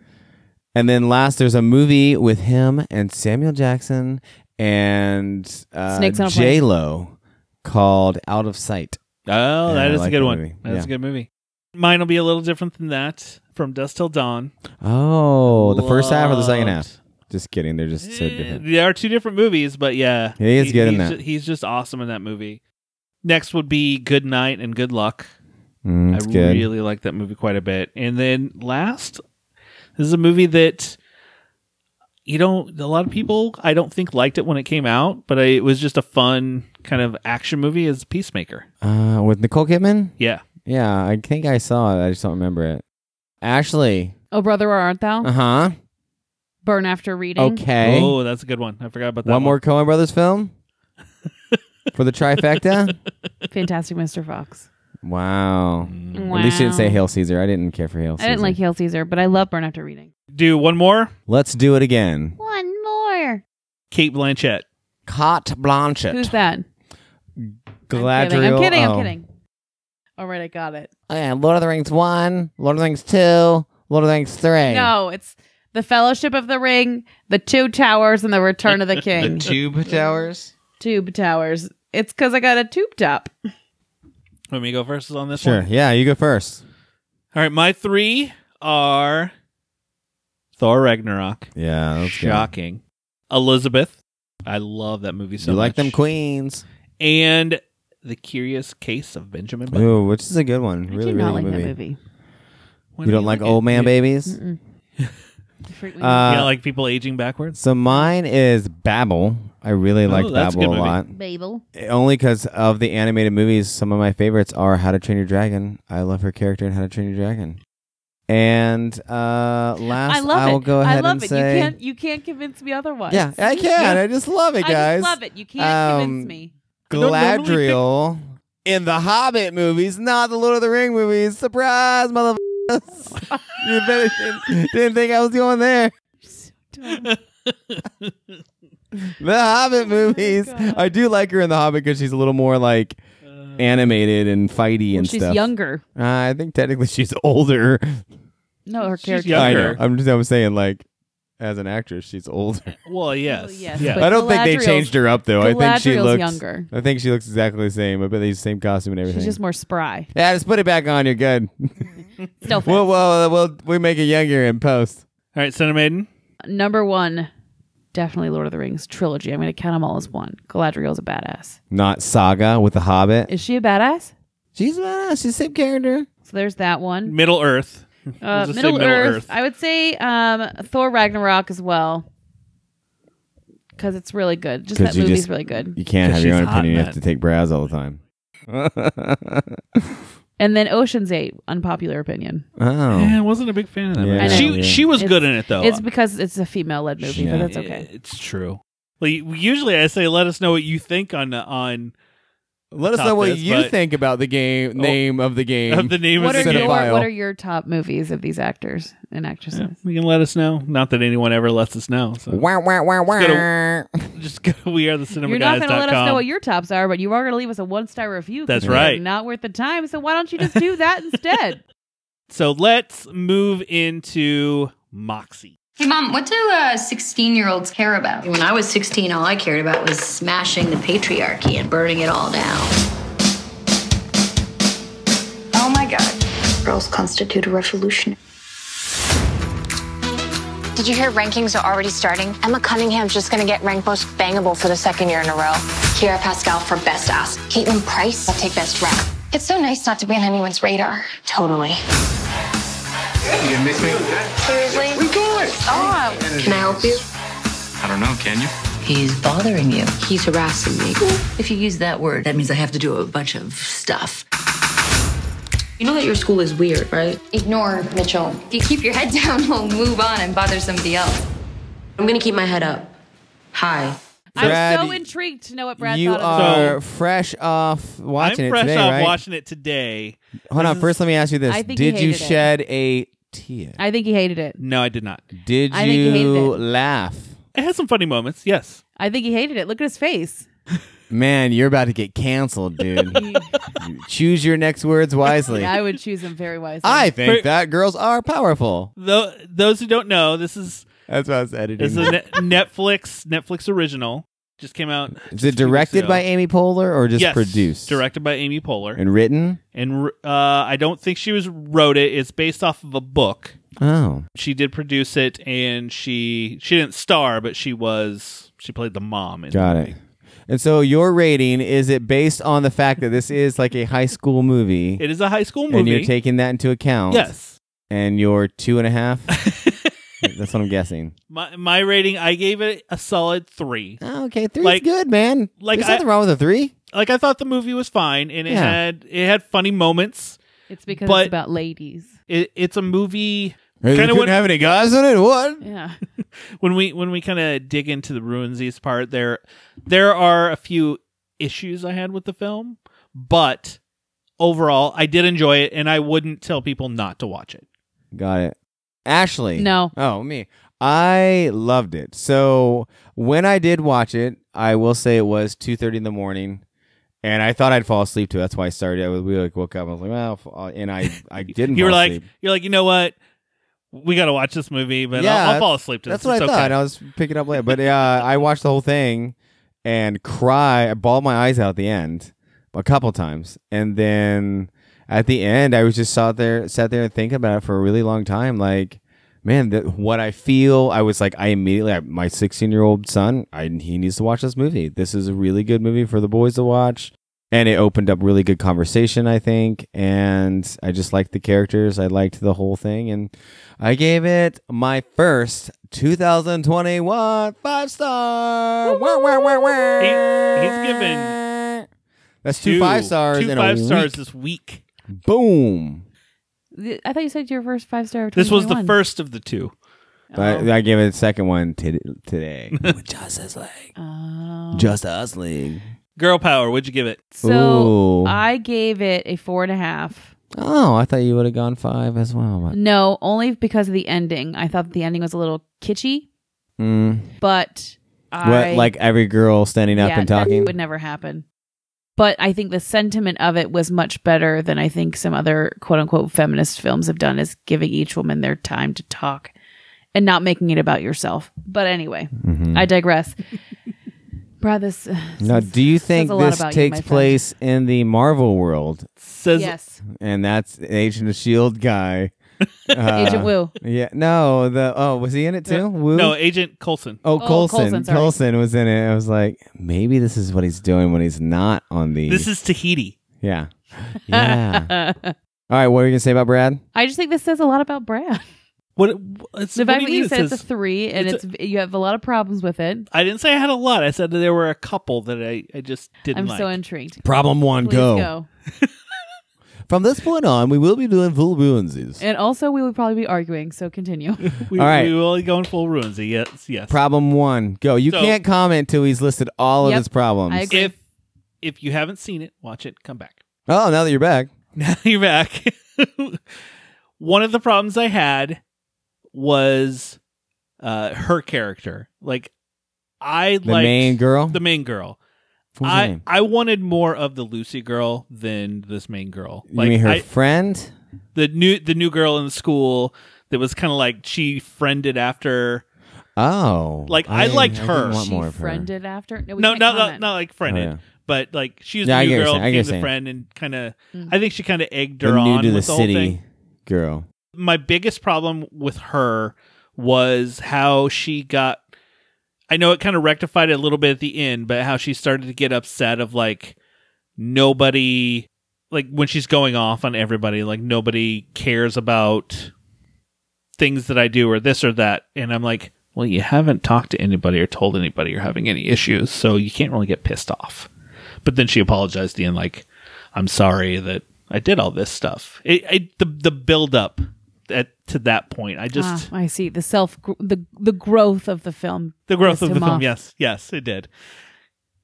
Speaker 2: And then last, there's a movie with him and Samuel Jackson and uh,
Speaker 3: Snakes on a Plane.
Speaker 2: J Lo called Out of Sight.
Speaker 1: Oh,
Speaker 2: Yeah,
Speaker 1: that
Speaker 2: I
Speaker 1: is a
Speaker 2: like
Speaker 1: good
Speaker 2: that
Speaker 1: one.
Speaker 2: movie.
Speaker 1: That's
Speaker 2: Yeah.
Speaker 1: a good movie. Mine will be a little different than that. From Dust Till Dawn.
Speaker 2: Oh, the first half or the second
Speaker 1: Loved-
Speaker 2: half? Just kidding. They're just so
Speaker 1: Eh,
Speaker 2: different.
Speaker 1: They are two different movies, but yeah,
Speaker 2: He is good in
Speaker 1: he's
Speaker 2: that.
Speaker 1: ju- he's just awesome in that movie. Next would be Good Night and Good Luck.
Speaker 2: Mm,
Speaker 1: I
Speaker 2: it's good.
Speaker 1: really like that movie quite a bit. And then last, this is a movie that you don't. A lot of people I don't think liked it when it came out, but I, it was just a fun kind of action movie. Is Peacemaker?
Speaker 2: uh, with Nicole Kidman.
Speaker 1: Yeah,
Speaker 2: Yeah, I think I saw it. I just don't remember it. Ashley.
Speaker 3: Oh brother, where art thou?
Speaker 2: Uh huh.
Speaker 3: Burn after reading.
Speaker 2: Okay. One
Speaker 1: oh, that's a good one. I forgot about that.
Speaker 2: more Coen Brothers film for the trifecta.
Speaker 3: Fantastic Mr. Fox.
Speaker 2: wow.
Speaker 1: Mm.
Speaker 2: At least you didn't say
Speaker 3: Wow.
Speaker 2: Hail Caesar. I didn't care for Hail Caesar.
Speaker 3: I didn't like Hail Caesar, but I love Burn After Reading.
Speaker 1: Do one more.
Speaker 2: Let's do it again.
Speaker 3: One more.
Speaker 1: Kate Blanchett.
Speaker 2: Carte Blanchett.
Speaker 3: Who's that? I'm kidding.
Speaker 2: Galadriel.
Speaker 3: I'm kidding.
Speaker 2: oh.
Speaker 3: I'm kidding. All right, I got it.
Speaker 2: Oh, yeah, Lord of the Rings one, Lord of the Rings two, Lord of the Rings three.
Speaker 3: No, it's the Fellowship of the Ring, the Two Towers, and the Return of the King.
Speaker 2: Tube Towers.
Speaker 3: tube towers. It's because I got a tube top.
Speaker 1: Let me go first on this
Speaker 2: Sure.
Speaker 1: one.
Speaker 2: Yeah, you go first.
Speaker 1: All right, my three are Thor Ragnarok.
Speaker 2: Yeah. That's good.
Speaker 1: Shocking. Elizabeth. I love that movie so
Speaker 2: you like
Speaker 1: much.
Speaker 2: them queens?
Speaker 1: and The Curious Case of Benjamin Button.
Speaker 2: Ooh, which is a good one.
Speaker 3: I
Speaker 2: Really, really
Speaker 3: do not
Speaker 2: good
Speaker 3: like
Speaker 2: movie.
Speaker 3: that movie.
Speaker 1: When
Speaker 2: You
Speaker 1: do
Speaker 2: don't like
Speaker 1: it?
Speaker 2: old man
Speaker 1: You-
Speaker 2: babies?
Speaker 3: Mm-mm. You freak me
Speaker 1: You
Speaker 2: Uh,
Speaker 3: out.
Speaker 1: don't like people aging backwards?
Speaker 2: So mine is Babel. I
Speaker 3: Oh,
Speaker 2: really liked
Speaker 1: that's a
Speaker 2: Babel a,
Speaker 1: good movie.
Speaker 2: lot.
Speaker 3: Babel.
Speaker 2: Only because of the animated movies, some of my favorites are How to Train Your Dragon. I love her character in How to Train Your Dragon. And uh, last,
Speaker 3: I love
Speaker 2: will
Speaker 3: it.
Speaker 2: go ahead
Speaker 3: I love
Speaker 2: and
Speaker 3: it.
Speaker 2: say,
Speaker 3: you can't. You can't convince me otherwise.
Speaker 2: yeah, I can. I just love it,
Speaker 3: I
Speaker 2: guys.
Speaker 3: just love it. You can't
Speaker 2: Um,
Speaker 3: convince me.
Speaker 1: I don't normally think-
Speaker 2: Galadriel in the Hobbit movies, not the Lord of the Ring movies. Surprise, motherfuckers! you better didn't, didn't think I was going there.
Speaker 3: Uh,
Speaker 2: The Hobbit movies.
Speaker 3: Oh God.
Speaker 2: I do like her in the Hobbit because she's a little more like animated and fighty and
Speaker 3: She's
Speaker 2: stuff.
Speaker 3: younger.
Speaker 2: Uh, I think technically she's older.
Speaker 3: No, her
Speaker 1: She's
Speaker 3: character.
Speaker 1: younger.
Speaker 2: I know. I'm just I'm saying like as an actress, she's older.
Speaker 1: well, yes.
Speaker 3: yes,
Speaker 1: yeah.
Speaker 3: But
Speaker 2: I don't think they
Speaker 3: Galadriel's-
Speaker 2: changed her up though. I think she
Speaker 3: Galadriel's
Speaker 2: looks
Speaker 3: younger.
Speaker 2: I think she looks exactly the same. I bet they use the same costume and everything.
Speaker 3: She's just more spry.
Speaker 2: yeah, just put it back on. You're good. uh,
Speaker 3: Still fat.
Speaker 2: Well, well, well, we make it younger in post.
Speaker 1: All right, Cinemaiden.
Speaker 3: Number one, definitely Lord of the Rings trilogy. I'm going to count them all as one. Galadriel's a badass.
Speaker 2: Not Saga with the Hobbit.
Speaker 3: Is she a badass?
Speaker 2: She's a badass. She's the same character.
Speaker 3: So there's that one.
Speaker 1: Middle Earth.
Speaker 3: Uh,
Speaker 1: We'll just say
Speaker 3: Middle,
Speaker 1: Middle
Speaker 3: Earth,
Speaker 1: Earth.
Speaker 3: I would say um, Thor Ragnarok as well because it's really good. Just
Speaker 2: 'Cause
Speaker 3: that
Speaker 2: you
Speaker 3: movie's
Speaker 2: just-
Speaker 3: really good.
Speaker 2: You can't
Speaker 1: 'Cause
Speaker 2: have your
Speaker 1: she's
Speaker 2: own
Speaker 1: hot,
Speaker 2: opinion. You have
Speaker 1: man.
Speaker 2: to take Braz all the time.
Speaker 3: And then Ocean's Eight, unpopular opinion.
Speaker 1: Yeah, Eh, I
Speaker 2: oh.
Speaker 1: wasn't a big fan of that.
Speaker 2: Yeah.
Speaker 1: movie.
Speaker 3: I know.
Speaker 1: She
Speaker 2: Yeah.
Speaker 1: she was
Speaker 3: It's-
Speaker 1: good in it though.
Speaker 3: It's because it's a female-led movie,
Speaker 2: Oh, Yeah.
Speaker 3: but that's okay.
Speaker 1: It's true. Like, usually I say, let us know what you think on on
Speaker 2: Let us
Speaker 1: Top
Speaker 2: know what
Speaker 1: this,
Speaker 2: you
Speaker 1: but-
Speaker 2: think about the game
Speaker 1: Oh.
Speaker 2: name of the game.
Speaker 1: of the name
Speaker 3: What
Speaker 1: of
Speaker 3: are
Speaker 1: the
Speaker 2: Cinephile.
Speaker 3: your
Speaker 1: game.
Speaker 3: What are your top movies of these actors and
Speaker 1: Yeah,
Speaker 3: actresses?
Speaker 1: you can let us know. Not that anyone ever lets us know. So
Speaker 2: Wah, wah, wah, wah.
Speaker 1: just go. We are the
Speaker 3: You're not going to let us know what
Speaker 1: cinemaguys.com.
Speaker 3: your tops are, but you are going to leave us a one-star review. 'cause
Speaker 1: That's
Speaker 3: they're
Speaker 1: right.
Speaker 3: Not worth the time. So why don't you just do that instead?
Speaker 1: So let's move into Moxie.
Speaker 4: Hey, Mom, what do 16 year olds care about? When I was 16, all I cared about was smashing the patriarchy and burning it all down. Oh my God. Girls constitute a revolution.
Speaker 5: Did you hear rankings are already starting? Emma Cunningham's just gonna get ranked most bangable for the second year in a row.
Speaker 4: Kira Pascal for best ass.
Speaker 5: Caitlin Price, I'll take best rap. It's so nice not to be on anyone's radar. Totally.
Speaker 6: You gonna miss me?
Speaker 5: Seriously? We're going! Oh,
Speaker 4: Can I help you?
Speaker 6: I don't know, can you?
Speaker 7: He's bothering you.
Speaker 4: He's harassing me.
Speaker 7: If you use that word, that means I have to do a bunch of stuff.
Speaker 8: You know that your school is weird, right?
Speaker 4: Ignore Mitchell. If you keep your head down, we'll move on and bother somebody else.
Speaker 8: I'm gonna keep my head up. High.
Speaker 2: Brad,
Speaker 3: I'm so intrigued to know what Brad
Speaker 2: you
Speaker 3: thought of this.
Speaker 2: are fresh off watching
Speaker 1: I'm fresh
Speaker 2: it today,
Speaker 1: off
Speaker 2: right?
Speaker 1: watching it today.
Speaker 2: Hold on. First, let me ask you this:
Speaker 3: I think he
Speaker 2: Did you
Speaker 3: hated it.
Speaker 2: shed a tear?
Speaker 3: I think he hated it.
Speaker 1: No, I did not.
Speaker 2: Did
Speaker 3: I think he hated
Speaker 2: you
Speaker 3: it.
Speaker 2: laugh?
Speaker 1: It has some funny moments. Yes.
Speaker 3: I think he hated it. Look at his face.
Speaker 2: Man, you're about to get canceled, dude. You Choose your next words wisely.
Speaker 3: I would choose him very wisely.
Speaker 2: I think
Speaker 1: For-
Speaker 2: that girls are powerful.
Speaker 1: Though those who don't know, this is
Speaker 2: That's what I was editing.
Speaker 1: this is a Net- Netflix Netflix original. Just came out.
Speaker 2: Is it directed by Amy Poehler or just
Speaker 1: yes,
Speaker 2: produced?
Speaker 1: Directed by Amy Poehler.
Speaker 2: and written.
Speaker 1: and uh, I don't think she was wrote it. It's based off of a book.
Speaker 2: Oh,
Speaker 1: She did produce it, and she she didn't star, but she was she played the mom. In
Speaker 2: got
Speaker 1: the
Speaker 2: it.
Speaker 1: movie.
Speaker 2: And so, your rating is it based on the fact that this is like a high school movie,
Speaker 1: It is a high school movie.
Speaker 2: and you're taking that into account?
Speaker 1: yes.
Speaker 2: And you're two and a half. That's what I'm guessing.
Speaker 1: My my rating, I gave it a solid three.
Speaker 2: Oh, okay, three's
Speaker 1: Like-
Speaker 2: good, man.
Speaker 1: like
Speaker 2: There's
Speaker 1: I-
Speaker 2: nothing wrong with a three.
Speaker 1: Like I thought the movie was fine, and it
Speaker 2: Yeah.
Speaker 1: had it had funny moments.
Speaker 3: It's because
Speaker 1: But-
Speaker 3: it's about ladies.
Speaker 1: It, it's a movie.
Speaker 2: Hey,
Speaker 1: Kinda what-
Speaker 2: any guys in it. What?
Speaker 3: Yeah.
Speaker 1: when we when we kind of dig into the ruinsies part there there are a few issues i had with the film but overall i did enjoy it and i wouldn't tell people not to watch it
Speaker 2: Got it. Ashley.
Speaker 3: No.
Speaker 2: Oh, me. I loved it. So when I did watch it, I will say it was two thirty in the morning, and I thought I'd fall asleep too. That's why I started. I was, we like woke up. I was like, well, f- uh," and I I didn't.
Speaker 1: you were
Speaker 2: fall
Speaker 1: like
Speaker 2: asleep.
Speaker 1: you're like you know what we gotta watch this movie but
Speaker 2: Yeah,
Speaker 1: I'll, I'll fall asleep to
Speaker 2: That's
Speaker 1: this
Speaker 2: what I
Speaker 1: It's
Speaker 2: thought.
Speaker 1: okay.
Speaker 2: I was picking up later, but uh, I watched the whole thing and cry. I bawled my eyes out at the end a couple times, and then at the end, I was just sat there, sat there and thinking about it for a really long time. Like, man, th- what I feel. I was like, I immediately, I, my 16 year old son, I, he needs to watch this movie. This is a really good movie for the boys to watch. And it opened up really good conversation, I think. And I just liked the characters. I liked the whole thing. And I gave it my first 2021 five star. Wah, wah, wah, wah.
Speaker 1: He- he's given
Speaker 2: That's two five stars.
Speaker 1: two
Speaker 2: in
Speaker 1: five
Speaker 2: a
Speaker 1: stars
Speaker 2: week.
Speaker 1: this week
Speaker 2: Boom.
Speaker 3: The- I thought you said your first five star.
Speaker 1: this was the first of the two
Speaker 2: But
Speaker 1: Oh.
Speaker 2: I, I gave it a second one t- today.
Speaker 3: Oh.
Speaker 2: Just us league.
Speaker 1: girl power what'd you give it
Speaker 3: So
Speaker 2: Ooh.
Speaker 3: I gave it a four and a half.
Speaker 2: Oh, I thought you would have gone five as well. But,
Speaker 3: No, only because of the ending. I thought the ending was a little kitschy,
Speaker 2: mm.
Speaker 3: but I
Speaker 2: what, like every girl standing up
Speaker 3: yeah,
Speaker 2: and talking?
Speaker 3: that would never happen. But I think the sentiment of it was much better than I think some other quote unquote feminist films have done, is giving each woman their time to talk and not making it about yourself. But anyway,
Speaker 2: Mhm.
Speaker 3: I digress. Brad, this uh,
Speaker 2: Now,
Speaker 3: says-
Speaker 2: do you think
Speaker 3: says a lot
Speaker 2: this
Speaker 3: about you,
Speaker 2: takes
Speaker 3: my friend.
Speaker 2: place in the Marvel world?
Speaker 1: says
Speaker 3: Yes,
Speaker 2: And that's Agent of S.H.I.E.L.D. E guy Uh,
Speaker 3: Agent Wu.
Speaker 2: Yeah. No, the oh, was he in it too? Woo?
Speaker 1: No, Agent Coulson.
Speaker 2: Oh, Colson.
Speaker 3: Coulson,
Speaker 2: Colson,
Speaker 3: sorry.
Speaker 2: was in it. I was like, maybe this is what he's doing when he's not on the.
Speaker 1: This is Tahiti.
Speaker 2: yeah, yeah. All right, what are you gonna say about Brad?
Speaker 3: I just think this says a lot about Brad.
Speaker 1: What? It's, what do
Speaker 3: The fact that
Speaker 1: you mean
Speaker 3: you
Speaker 1: it
Speaker 3: said it's a
Speaker 1: says-
Speaker 3: three and
Speaker 1: it's
Speaker 3: it's, you have a lot of problems with it.
Speaker 1: I didn't say I had a lot. I said that there were a couple that I, I just didn't
Speaker 3: I'm
Speaker 1: like.
Speaker 3: so intrigued.
Speaker 2: Problem one,
Speaker 3: Please go.
Speaker 2: From this point on, we will be doing full ruinsies.
Speaker 3: And also, we would probably be arguing. So continue.
Speaker 1: we,
Speaker 2: All right.
Speaker 1: we will go in full ruins. Yes, yes.
Speaker 2: Problem one, go. You
Speaker 1: So-
Speaker 2: can't comment till he's listed all of
Speaker 3: Yep,
Speaker 2: his problems.
Speaker 3: I agree.
Speaker 1: if if you haven't seen it, watch it. Come back.
Speaker 2: Oh, now that you're back,
Speaker 1: Now you're back. One of the problems I had was uh, her character. Like I
Speaker 2: the
Speaker 1: liked
Speaker 2: main girl.
Speaker 1: the main girl.
Speaker 2: What was her
Speaker 1: I
Speaker 2: name?
Speaker 1: I wanted more of the Lucy girl than this main girl.
Speaker 2: you mean her
Speaker 1: I,
Speaker 2: friend?
Speaker 1: the new the new girl in the school that was kind of like she friended after.
Speaker 2: Oh,
Speaker 1: Like, I liked
Speaker 2: didn't
Speaker 1: her.
Speaker 2: want
Speaker 3: she
Speaker 2: more of her.
Speaker 3: friended after. No, we
Speaker 1: No,
Speaker 3: can't
Speaker 1: not,
Speaker 3: comment.
Speaker 1: not not like friended,
Speaker 2: Oh, yeah.
Speaker 1: but like she was
Speaker 2: Yeah, I
Speaker 1: the
Speaker 2: get
Speaker 1: new
Speaker 2: what you're
Speaker 1: girl,
Speaker 2: saying. I get
Speaker 1: became
Speaker 2: what
Speaker 1: the
Speaker 2: you're
Speaker 1: friend, and kind of. I think she kind of egged
Speaker 2: The
Speaker 1: her
Speaker 2: new
Speaker 1: on
Speaker 2: to the
Speaker 1: with the whole thing.
Speaker 2: city girl.
Speaker 1: my biggest problem with her was how she got I know it kind of rectified it a little bit at the end, but how she started to get upset of like nobody like when she's going off on everybody, like nobody cares about things that I do or this or that. And I'm like, well, you haven't talked to anybody or told anybody you're having any issues, so you can't really get pissed off. But then she apologized and like, I'm sorry that I did all this stuff. It, it the the build up at to that point. I just
Speaker 3: Ah, I see the self the the growth of the film.
Speaker 1: the growth
Speaker 3: pissed
Speaker 1: of the
Speaker 3: him
Speaker 1: film.
Speaker 3: off.
Speaker 1: Yes, yes, it did.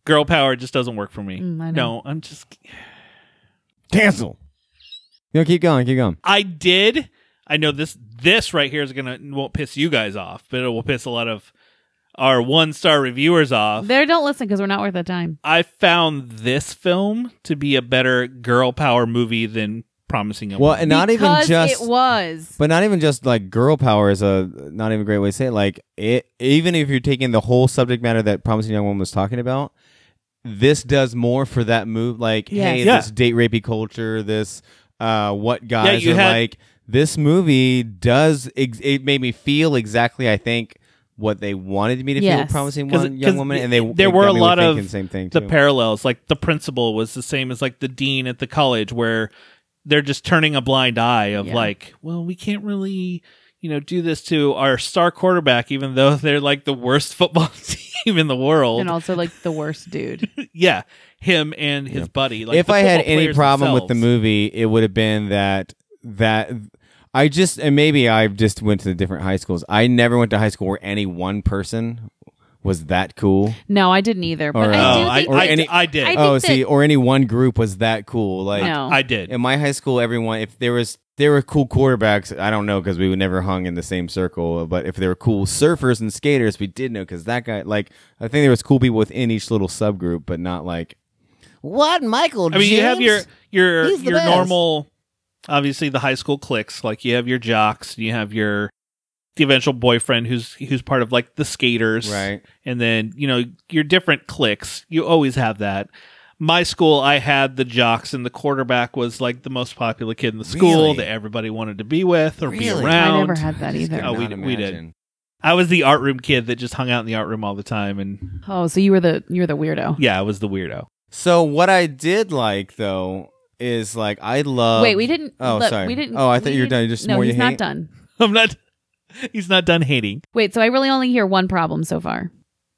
Speaker 1: Girl power just doesn't work for me.
Speaker 3: Mm, I
Speaker 1: No,
Speaker 3: know.
Speaker 1: I'm just.
Speaker 2: Cancel. No, keep going. Keep going.
Speaker 1: I did. I know this. This right here is gonna won't piss you guys off, but it will piss a lot of our one star reviewers off.
Speaker 3: There, don't listen because we're not worth the time.
Speaker 1: I found this film to be a better girl power movie than Promising Young
Speaker 2: Well,
Speaker 1: Woman.
Speaker 2: and not even
Speaker 3: because
Speaker 2: just
Speaker 3: it was.
Speaker 2: But not even just like girl power is a not even a great way to say it. Like it, even if you're taking the whole subject matter that promising young woman was talking about, this does more for that move. Like,
Speaker 3: Yes.
Speaker 2: hey,
Speaker 1: Yeah.
Speaker 2: this date rapey culture, this uh, what guys
Speaker 1: you
Speaker 2: are
Speaker 1: had-
Speaker 2: like. This movie does. Ex- it made me feel exactly. I think what they wanted me to feel.
Speaker 3: Yes.
Speaker 2: with Promising
Speaker 1: 'Cause-
Speaker 2: one, young
Speaker 1: 'cause
Speaker 2: woman,
Speaker 1: it-
Speaker 2: and they
Speaker 1: there
Speaker 2: it
Speaker 1: were
Speaker 2: got
Speaker 1: a
Speaker 2: me
Speaker 1: lot
Speaker 2: thinking
Speaker 1: of
Speaker 2: same thing
Speaker 1: the
Speaker 2: too.
Speaker 1: parallels. Like the principal was the same as like the dean at the college, where they're just turning a blind eye of
Speaker 3: Yeah.
Speaker 1: like, well, we can't really, you know, do this to our star quarterback, even though they're like the worst football team in the world.
Speaker 3: And also, like the worst dude.
Speaker 1: yeah, him and his buddy. Like
Speaker 2: if
Speaker 1: the
Speaker 2: I had
Speaker 1: football
Speaker 2: any
Speaker 1: players
Speaker 2: problem with the
Speaker 1: themselves.
Speaker 2: movie, it would have been that that I just and maybe I just went to different high schools. I never went to high school where any one person was that cool.
Speaker 3: No, I didn't either. But
Speaker 2: Or,
Speaker 3: I do
Speaker 1: oh, I,
Speaker 3: think
Speaker 2: uh, or
Speaker 1: I,
Speaker 2: any-
Speaker 1: I did.
Speaker 3: I think
Speaker 2: oh,
Speaker 3: that-
Speaker 2: see, or any one group was that cool. Like
Speaker 3: No.
Speaker 1: I did.
Speaker 2: in my high school, everyone if there was there were cool quarterbacks. I don't know because we would never hung in the same circle. But if there were cool surfers and skaters, we did know because that guy. Like I think there was cool people within each little subgroup, but not like what Michael.
Speaker 1: I mean, you have your
Speaker 2: James?
Speaker 1: your
Speaker 2: He's the
Speaker 1: your
Speaker 2: best.
Speaker 1: normal, obviously the high school cliques. Like you have your jocks, you have your the eventual boyfriend who's who's part of like the skaters,
Speaker 2: Right.
Speaker 1: And then you know your different cliques. You always have that. My school, I had the jocks, and the quarterback was like the most popular kid in the school
Speaker 2: Really?
Speaker 1: that everybody wanted to be with or
Speaker 2: Really?
Speaker 1: be around.
Speaker 3: I never had that either.
Speaker 1: Oh,
Speaker 3: Oh,
Speaker 1: we- we did. I was the art room kid that just hung out in the art room all the time, and
Speaker 3: Oh, so you were the you were the weirdo.
Speaker 1: yeah, I was the weirdo.
Speaker 2: So what I did like though is like I love.
Speaker 3: Wait, we didn't.
Speaker 2: Oh,
Speaker 3: look,
Speaker 2: sorry.
Speaker 3: We didn't.
Speaker 2: Oh, I thought
Speaker 3: we
Speaker 2: you were
Speaker 3: didn't-
Speaker 2: done. Just
Speaker 3: no,
Speaker 2: more
Speaker 3: he's
Speaker 2: you
Speaker 3: not
Speaker 2: hate?
Speaker 3: done.
Speaker 1: I'm not. He's not done hating.
Speaker 3: Wait, so I really only hear one problem so far.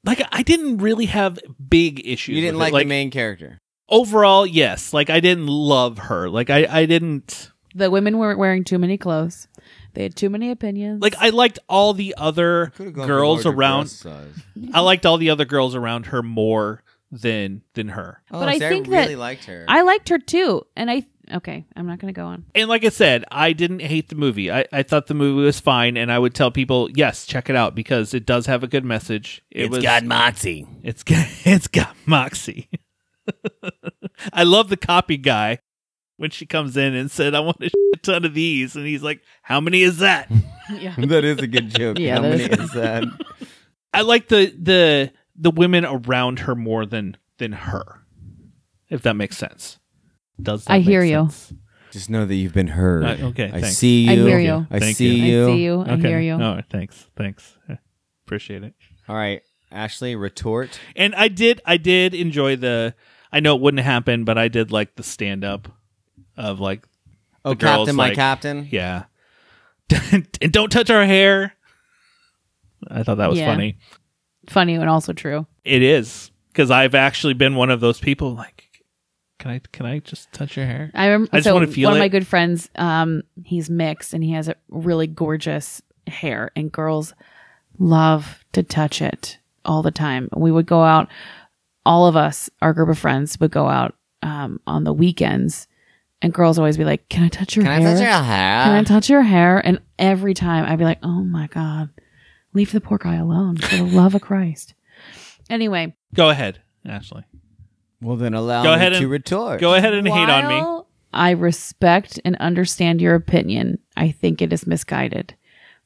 Speaker 1: like I didn't really have big issues.
Speaker 2: You didn't
Speaker 1: with
Speaker 2: like,
Speaker 1: it.
Speaker 2: the main character.
Speaker 1: overall. Yes, like I didn't love her. Like I I didn't
Speaker 3: The women weren't wearing too many clothes. They had too many opinions.
Speaker 1: like I liked all the other girls around. I liked all the other girls around her more than than her.
Speaker 2: Oh,
Speaker 3: But I
Speaker 2: see,
Speaker 3: think
Speaker 2: I really
Speaker 3: that
Speaker 2: liked her.
Speaker 3: I liked her too, and I okay. I'm not going to go on.
Speaker 1: And like I said, I didn't hate the movie. I, I thought the movie was fine, and I would tell people, yes, check it out because it does have a good message. It was
Speaker 2: Moxie.
Speaker 1: It's got, it's got Moxie. I love the copy guy when she comes in and said, I want a shit ton of these. And he's like, How many is that?
Speaker 3: Yeah.
Speaker 2: that is a good joke.
Speaker 3: Yeah,
Speaker 2: How
Speaker 3: that
Speaker 2: many
Speaker 3: is-
Speaker 2: is that?
Speaker 1: I like the the the women around her more than than her. If that makes sense. Does that
Speaker 3: I
Speaker 1: make
Speaker 3: hear you.
Speaker 1: sense?
Speaker 2: Just know that you've been heard.
Speaker 1: Uh, okay,
Speaker 2: I
Speaker 1: thanks.
Speaker 2: see you.
Speaker 3: I hear you.
Speaker 2: I
Speaker 1: Thank
Speaker 2: see
Speaker 1: you.
Speaker 2: you.
Speaker 3: I see you. I hear you.
Speaker 1: No, thanks. Thanks. Appreciate it.
Speaker 2: All right, Ashley, retort.
Speaker 1: And I did I did enjoy the I know it wouldn't happen, but I did like the stand up of like
Speaker 2: Oh,
Speaker 1: girl's
Speaker 2: Captain, my
Speaker 1: like-
Speaker 2: Captain.
Speaker 1: yeah. and don't touch our hair. I thought that was
Speaker 3: Yeah.
Speaker 1: funny.
Speaker 3: Funny and also true.
Speaker 1: It is because I've actually been one of those people. Like, can I can I just touch your hair?
Speaker 3: I remember.
Speaker 1: I just
Speaker 3: so
Speaker 1: wanna feel
Speaker 3: one of
Speaker 1: it.
Speaker 3: my good friends, um, he's mixed and he has a really gorgeous hair, and girls love to touch it all the time. We would go out. All of us, our group of friends, would go out um, on the weekends, and girls always be like, "Can I touch your
Speaker 2: Can I
Speaker 3: hair?
Speaker 2: touch your hair?
Speaker 1: Ah.
Speaker 3: Can I touch your hair?" And every time I'd be like, "Oh my god, leave the poor guy alone for the love of Christ." Anyway,
Speaker 1: Go ahead, Ashley.
Speaker 2: well, then allow
Speaker 1: Go
Speaker 2: me
Speaker 1: ahead
Speaker 2: to
Speaker 1: and-
Speaker 2: retort.
Speaker 1: Go ahead and hate on me.
Speaker 3: While I respect and understand your opinion. I think it is misguided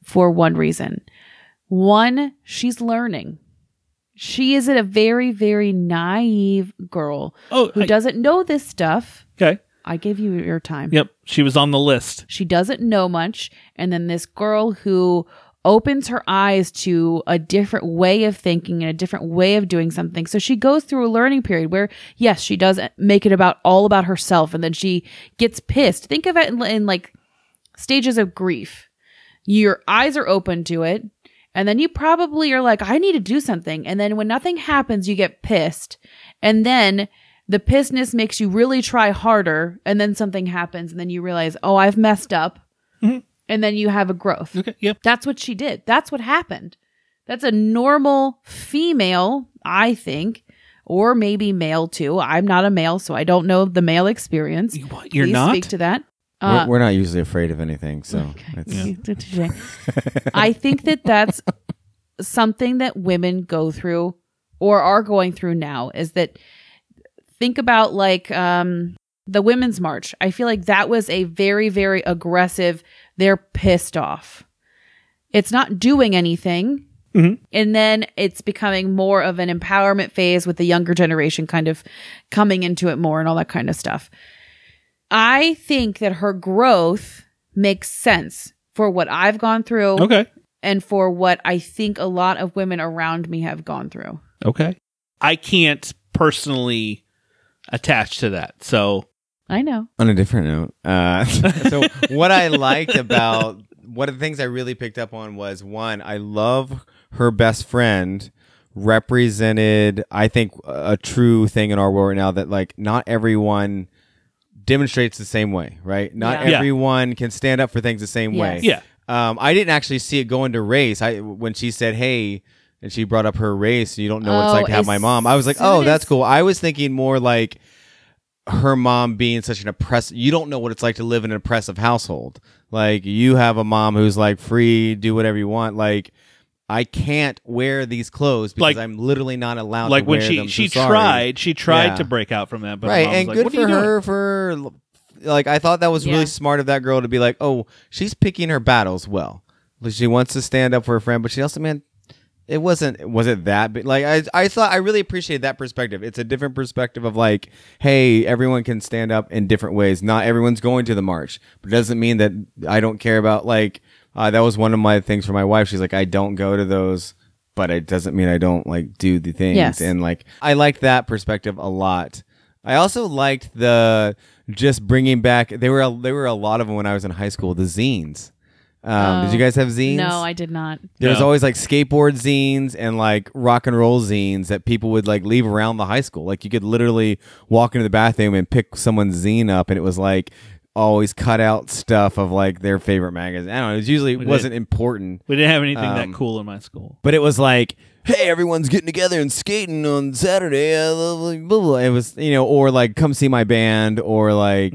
Speaker 3: for one reason. One, she's learning. She is a very, very naive girl
Speaker 1: Oh,
Speaker 3: who
Speaker 1: I-
Speaker 3: doesn't know this stuff.
Speaker 1: Okay.
Speaker 3: I give you your time.
Speaker 1: Yep. She was on the list.
Speaker 3: She doesn't know much. And then this girl who opens her eyes to a different way of thinking and a different way of doing something. So she goes through a learning period where, yes, she does make it about all about herself. And then she gets pissed. Think of it in, in like stages of grief. Your eyes are open to it. And then you probably are like, I need to do something. And then when nothing happens, you get pissed. And then the pissedness makes you really try harder. And then something happens. And then you realize, oh, I've messed up. And then you have a growth.
Speaker 1: Mm-hmm. Okay. Yep.
Speaker 3: That's what she did. That's what happened. That's a normal female, I think, or maybe male too. I'm not a male, so I don't know the male experience.
Speaker 1: You- what, you're
Speaker 3: Please
Speaker 1: not?
Speaker 3: speak to that.
Speaker 1: Uh,
Speaker 2: we're, we're not usually afraid of anything, so it's,
Speaker 3: I think that that's something that women go through or are going through now is that think about like um the women's march. I feel like that was a very very aggressive they're pissed off. It's not doing anything.
Speaker 2: Mm-hmm.
Speaker 3: And then it's becoming more of an empowerment phase with the younger generation kind of coming into it more and all that kind of stuff. I think that her growth makes sense for what I've gone through
Speaker 1: Okay.
Speaker 3: and for what I think a lot of women around me have gone through.
Speaker 1: Okay. I can't personally attach to that. So
Speaker 3: I know.
Speaker 2: on a different note. Uh, so what I liked about one of the things I really picked up on was one, I love her best friend represented. I think a true thing in our world right now that like not everyone demonstrates the same way, right? Not
Speaker 1: Yeah. Yeah.
Speaker 2: everyone can stand up for things the same way.
Speaker 3: Yes.
Speaker 1: yeah.
Speaker 2: Um, I didn't actually see it go into race. I when she said, "Hey," and she brought up her race. You don't know what it's
Speaker 3: Oh,
Speaker 2: like to have
Speaker 3: as
Speaker 2: my mom. I was like,
Speaker 3: soon
Speaker 2: "Oh, that's
Speaker 3: as-
Speaker 2: cool." I was thinking more like her mom being such an oppressive. You don't know what it's like to live in an oppressive household. Like you have a mom who's like free, do whatever you want. Like I can't wear these clothes
Speaker 1: Like-
Speaker 2: because I'm literally not allowed.
Speaker 1: Like
Speaker 2: to
Speaker 1: when
Speaker 2: wear them,
Speaker 1: she she
Speaker 2: so sorry."
Speaker 1: tried she tried
Speaker 2: Yeah.
Speaker 1: to break out from that, but her
Speaker 2: right,
Speaker 1: mom
Speaker 2: and
Speaker 1: was like,
Speaker 2: good
Speaker 1: "What are
Speaker 2: for
Speaker 1: you doing?"
Speaker 2: her for like I thought that was
Speaker 3: Yeah.
Speaker 2: really smart of that girl to be like, oh, she's picking her battles well. Like, She wants to stand up for her friend, but she also man, it wasn't was it that big? Like I I thought I really appreciate that perspective. It's a different perspective of like, hey, everyone can stand up in different ways. Not everyone's going to the march, but it doesn't mean that I don't care about like. Uh, that was one of my things for my wife. She's like, I don't go to those, but it doesn't mean I don't like do the things.
Speaker 3: Yes.
Speaker 2: And like, I liked that perspective a lot. I also liked the just bringing back. They were a, there were a lot of them when I was in high school. The zines. Um, did you guys have zines?
Speaker 3: Oh, No, I did not.
Speaker 2: There was
Speaker 1: No.
Speaker 2: always like skateboard zines and like rock and roll zines that people would like leave around the high school. Like you could literally walk into the bathroom and pick someone's zine up, and it was like always cut out stuff of like their favorite magazine. I don't know. It was usually
Speaker 1: did.
Speaker 2: wasn't important,
Speaker 1: We didn't have anything
Speaker 2: Um,
Speaker 1: that cool in my school.
Speaker 2: but it was like, hey, everyone's getting together and skating on Saturday. uh, blah, blah, blah, blah. It was, you know, or like, come see my band, or like,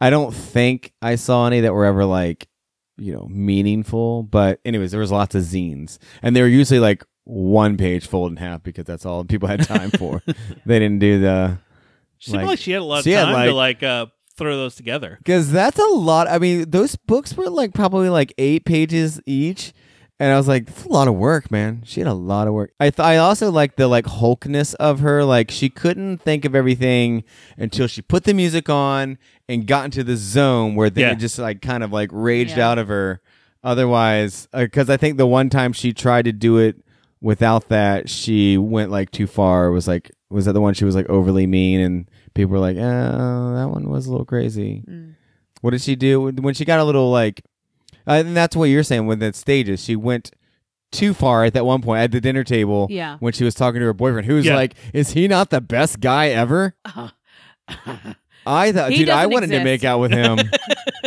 Speaker 2: I don't think I saw any that were ever like, you know, meaningful. But, anyways, there was lots of zines, and they were usually like one page fold in half because that's all people had time for. they didn't do the
Speaker 1: She seemed
Speaker 2: like-
Speaker 1: like, she had a lot of
Speaker 2: she had,
Speaker 1: time to like uh, throw those together.
Speaker 2: Because that's a lot. I mean, those books were like probably like eight pages each. And I was like, that's a lot of work, man. She had a lot of work. I th- I also like the like hulkness of her. Like she couldn't think of everything until she put the music on and got into the zone where they
Speaker 1: Yeah.
Speaker 2: just like kind of like raged out of her. Otherwise, because I think the one time she tried to do it without that, she went like too far. Was like, was that the one she was like overly mean and people were like, oh, that one was a little crazy. What did she do when when she got a little like? I think that's what you're saying with the stages. She went too far at that one point at the dinner table.
Speaker 3: Yeah.
Speaker 2: When she was talking to her boyfriend, who was
Speaker 1: Yeah.
Speaker 2: like, "Is he not the best guy ever?" I thought,
Speaker 3: He
Speaker 2: dude, I
Speaker 3: doesn't
Speaker 2: wanted to
Speaker 3: exist.
Speaker 2: make out with him.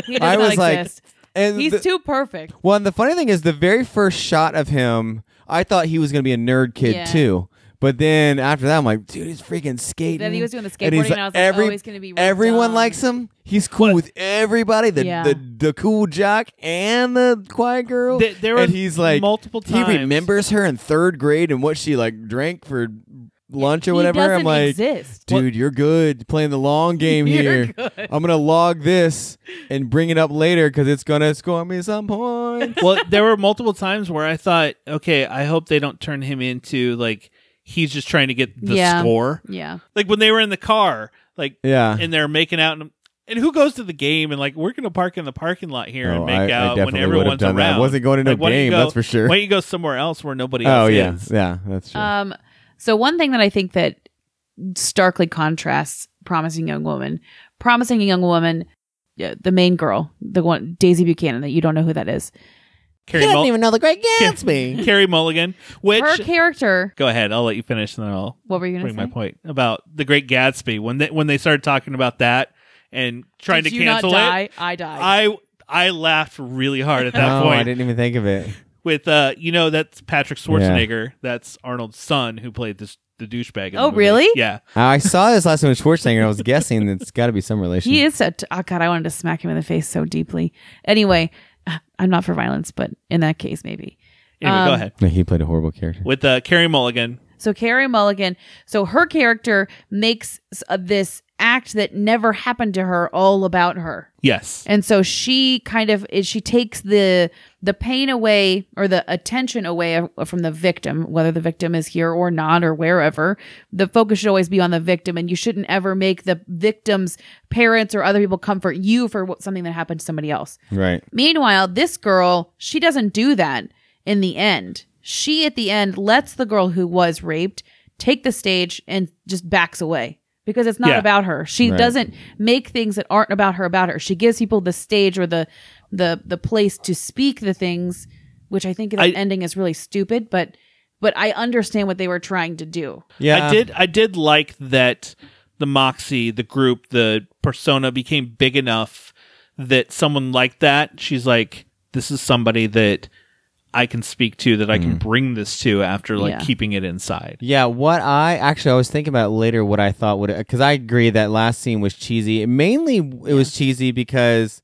Speaker 3: He does
Speaker 2: I
Speaker 3: not
Speaker 2: was like,
Speaker 3: exist.
Speaker 2: and
Speaker 3: He's
Speaker 2: the-
Speaker 3: too perfect.
Speaker 2: well, and the funny thing is, the very first shot of him, I thought he was going to be a nerd kid
Speaker 3: Yeah.
Speaker 2: too. But then after that, I'm like, dude, he's freaking skating.
Speaker 3: Then he was doing the
Speaker 2: And he's
Speaker 3: skateboarding, and I was like, oh, he's gonna be really
Speaker 2: everyone
Speaker 3: dumb.
Speaker 2: likes him. He's cool
Speaker 1: Well-
Speaker 2: with everybody. The,
Speaker 3: Yeah.
Speaker 2: the the cool jock and the quiet girl.
Speaker 1: Th- there
Speaker 2: and
Speaker 1: were
Speaker 2: he's like
Speaker 1: multiple
Speaker 2: He
Speaker 1: times-
Speaker 2: remembers her in third grade and what she like drank for lunch or
Speaker 3: He
Speaker 2: whatever.
Speaker 3: doesn't
Speaker 2: I'm like,
Speaker 3: exist.
Speaker 2: dude, you're good playing the long game
Speaker 3: You're
Speaker 2: here.
Speaker 3: good.
Speaker 2: I'm gonna log this and bring it up later because it's gonna score me some points.
Speaker 1: well, there were multiple times where I thought, okay, I hope they don't turn him into like he's just trying to get the
Speaker 3: Yeah.
Speaker 1: score.
Speaker 3: Yeah.
Speaker 1: Like when they were in the car, like
Speaker 2: Yeah.
Speaker 1: and they're making out and and who goes to the game and like we're gonna park in the parking lot here
Speaker 2: Oh,
Speaker 1: and make
Speaker 2: I-
Speaker 1: out
Speaker 2: I
Speaker 1: when
Speaker 2: definitely would've
Speaker 1: everyone's
Speaker 2: done that. I
Speaker 1: around?
Speaker 2: wasn't going to no
Speaker 1: Like, why don't you
Speaker 2: game,
Speaker 1: go-
Speaker 2: that's for sure.
Speaker 1: Why don't you go somewhere else where nobody
Speaker 2: oh
Speaker 1: else
Speaker 2: yeah,
Speaker 1: is?
Speaker 2: yeah, that's true.
Speaker 3: Um, so one thing that I think that starkly contrasts "Promising Young Woman," "Promising Young Woman," yeah, the main girl, the one Daisy Buchanan, that you don't know who that is.
Speaker 1: Carrie, Mul-
Speaker 2: know the Great
Speaker 1: Carrie Mulligan, which
Speaker 3: Her character.
Speaker 1: go ahead, I'll let you finish and then I'll
Speaker 3: What were you going
Speaker 1: bring
Speaker 3: to
Speaker 1: my
Speaker 3: say?
Speaker 1: point about the Great Gatsby when they when they started talking about that and trying
Speaker 3: Did
Speaker 1: to
Speaker 3: you not
Speaker 1: cancel
Speaker 3: die?
Speaker 1: it.
Speaker 3: I died.
Speaker 1: I I laughed really hard at that
Speaker 2: Oh,
Speaker 1: point
Speaker 2: I didn't even think of it.
Speaker 1: with uh you know that's Patrick Schwarzenegger, that's Arnold's son who played this the douchebag. in the
Speaker 3: Oh,
Speaker 1: movie.
Speaker 3: really?
Speaker 1: Yeah.
Speaker 2: I saw this last time with Schwarzenegger. and I was guessing it's got to be some relation.
Speaker 3: He is a. T- oh God, I wanted to smack him in the face so deeply. Anyway, I'm not for violence, but in that case, maybe.
Speaker 1: Anyway, go
Speaker 3: Um,
Speaker 1: ahead.
Speaker 2: No, he played a horrible character.
Speaker 1: With uh Carrie Mulligan.
Speaker 3: So Carrie Mulligan, so her character makes s- uh, this act that never happened to her all about her.
Speaker 1: Yes.
Speaker 3: And so she kind of is she takes the the pain away or the attention away of- uh, from the victim, whether the victim is here or not or wherever. The focus should always be on the victim, and you shouldn't ever make the victim's parents or other people comfort you for what, something that happened to somebody else.
Speaker 2: Right.
Speaker 3: Meanwhile, this girl, she doesn't do that in the end. She, at the end, lets the girl who was raped take the stage and just backs away because it's not
Speaker 1: Yeah.
Speaker 3: about her. She
Speaker 2: Right.
Speaker 3: doesn't make things that aren't about her about her. She gives people the stage or the the the place to speak the things, which I think the
Speaker 1: I-
Speaker 3: ending is really stupid, but but I understand what they were trying to do.
Speaker 2: Yeah.
Speaker 1: I did I did like that the Moxie, the group, the persona became big enough that someone like that, she's like, This is somebody that I can speak to, that I can
Speaker 2: Mm.
Speaker 1: bring this to after like
Speaker 3: Yeah.
Speaker 1: keeping it inside.
Speaker 2: Yeah, what I actually I was thinking about it later what I thought would because I agree that last scene was cheesy. Mainly, it was cheesy because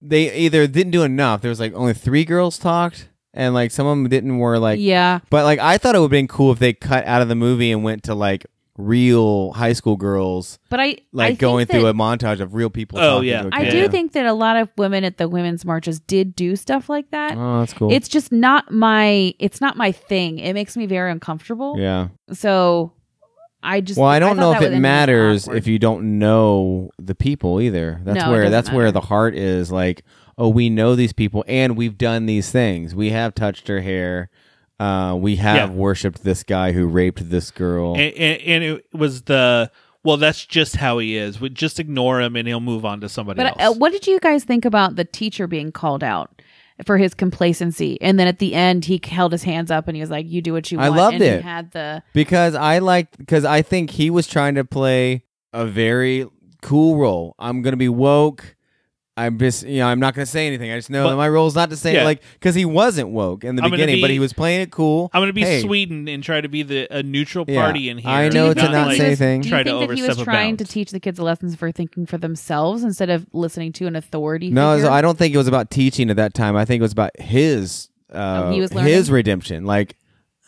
Speaker 2: they either didn't do enough. There was like only three girls talked, and like some of them didn't were like
Speaker 3: yeah.
Speaker 2: But like I thought it would have been cool if they cut out of the movie and went to like real high school girls
Speaker 3: But I I
Speaker 2: like
Speaker 3: think
Speaker 2: going through
Speaker 3: that-
Speaker 2: a montage of real people.
Speaker 1: Oh,
Speaker 2: talking
Speaker 1: yeah.
Speaker 2: to a
Speaker 3: I
Speaker 2: kid.
Speaker 3: do think that a lot of women at the women's marches did do stuff like that.
Speaker 2: Oh, that's cool.
Speaker 3: It's just not my it's not my thing. It makes me very uncomfortable.
Speaker 2: yeah.
Speaker 3: So I just
Speaker 2: Well, I don't know
Speaker 3: thought
Speaker 2: if
Speaker 3: that
Speaker 2: it
Speaker 3: was-
Speaker 2: matters
Speaker 3: awkward.
Speaker 2: if you don't know the people either. That's
Speaker 3: No, it
Speaker 2: where
Speaker 3: doesn't
Speaker 2: that's where
Speaker 3: matter.
Speaker 2: the heart is like, oh, we know these people and we've done these things. We have touched her hair. Uh, we have
Speaker 1: Yeah.
Speaker 2: worshipped this guy who raped this girl.
Speaker 1: And, and, and it was the well, that's just how he is. We just ignore him and he'll move on to somebody
Speaker 3: But uh,
Speaker 1: else.
Speaker 3: what did you guys think about the teacher being called out for his complacency? And then at the end, he held his hands up and he was like, "You do what you
Speaker 2: I
Speaker 3: want."
Speaker 2: loved
Speaker 3: and he
Speaker 2: it.
Speaker 3: had the
Speaker 2: because I liked because I think he was trying to play a very cool role. I'm gonna be woke. I'm just you know I'm not gonna say anything. I just know
Speaker 1: But-
Speaker 2: that my role is not to say
Speaker 1: Yeah.
Speaker 2: like because he wasn't woke in the
Speaker 1: I'm gonna
Speaker 2: beginning, but
Speaker 1: be-
Speaker 2: he was playing it cool.
Speaker 1: I'm going to be
Speaker 2: Hey,
Speaker 1: Sweden and try to be the a neutral
Speaker 2: Yeah.
Speaker 1: party in here.
Speaker 2: I
Speaker 1: and
Speaker 2: know
Speaker 3: Do you
Speaker 2: to
Speaker 3: think
Speaker 2: not
Speaker 3: that he
Speaker 2: say
Speaker 3: was-
Speaker 2: things.
Speaker 3: Do you
Speaker 1: Try to
Speaker 3: think that he was
Speaker 1: overstep a
Speaker 3: trying to
Speaker 1: bounds.
Speaker 3: teach the kids lessons for thinking for themselves instead of listening to an authority?
Speaker 2: No,
Speaker 3: figure?
Speaker 2: so I don't think it was about teaching at that time. I think it was about his uh,
Speaker 3: Oh, he was learning?
Speaker 2: his redemption. Like,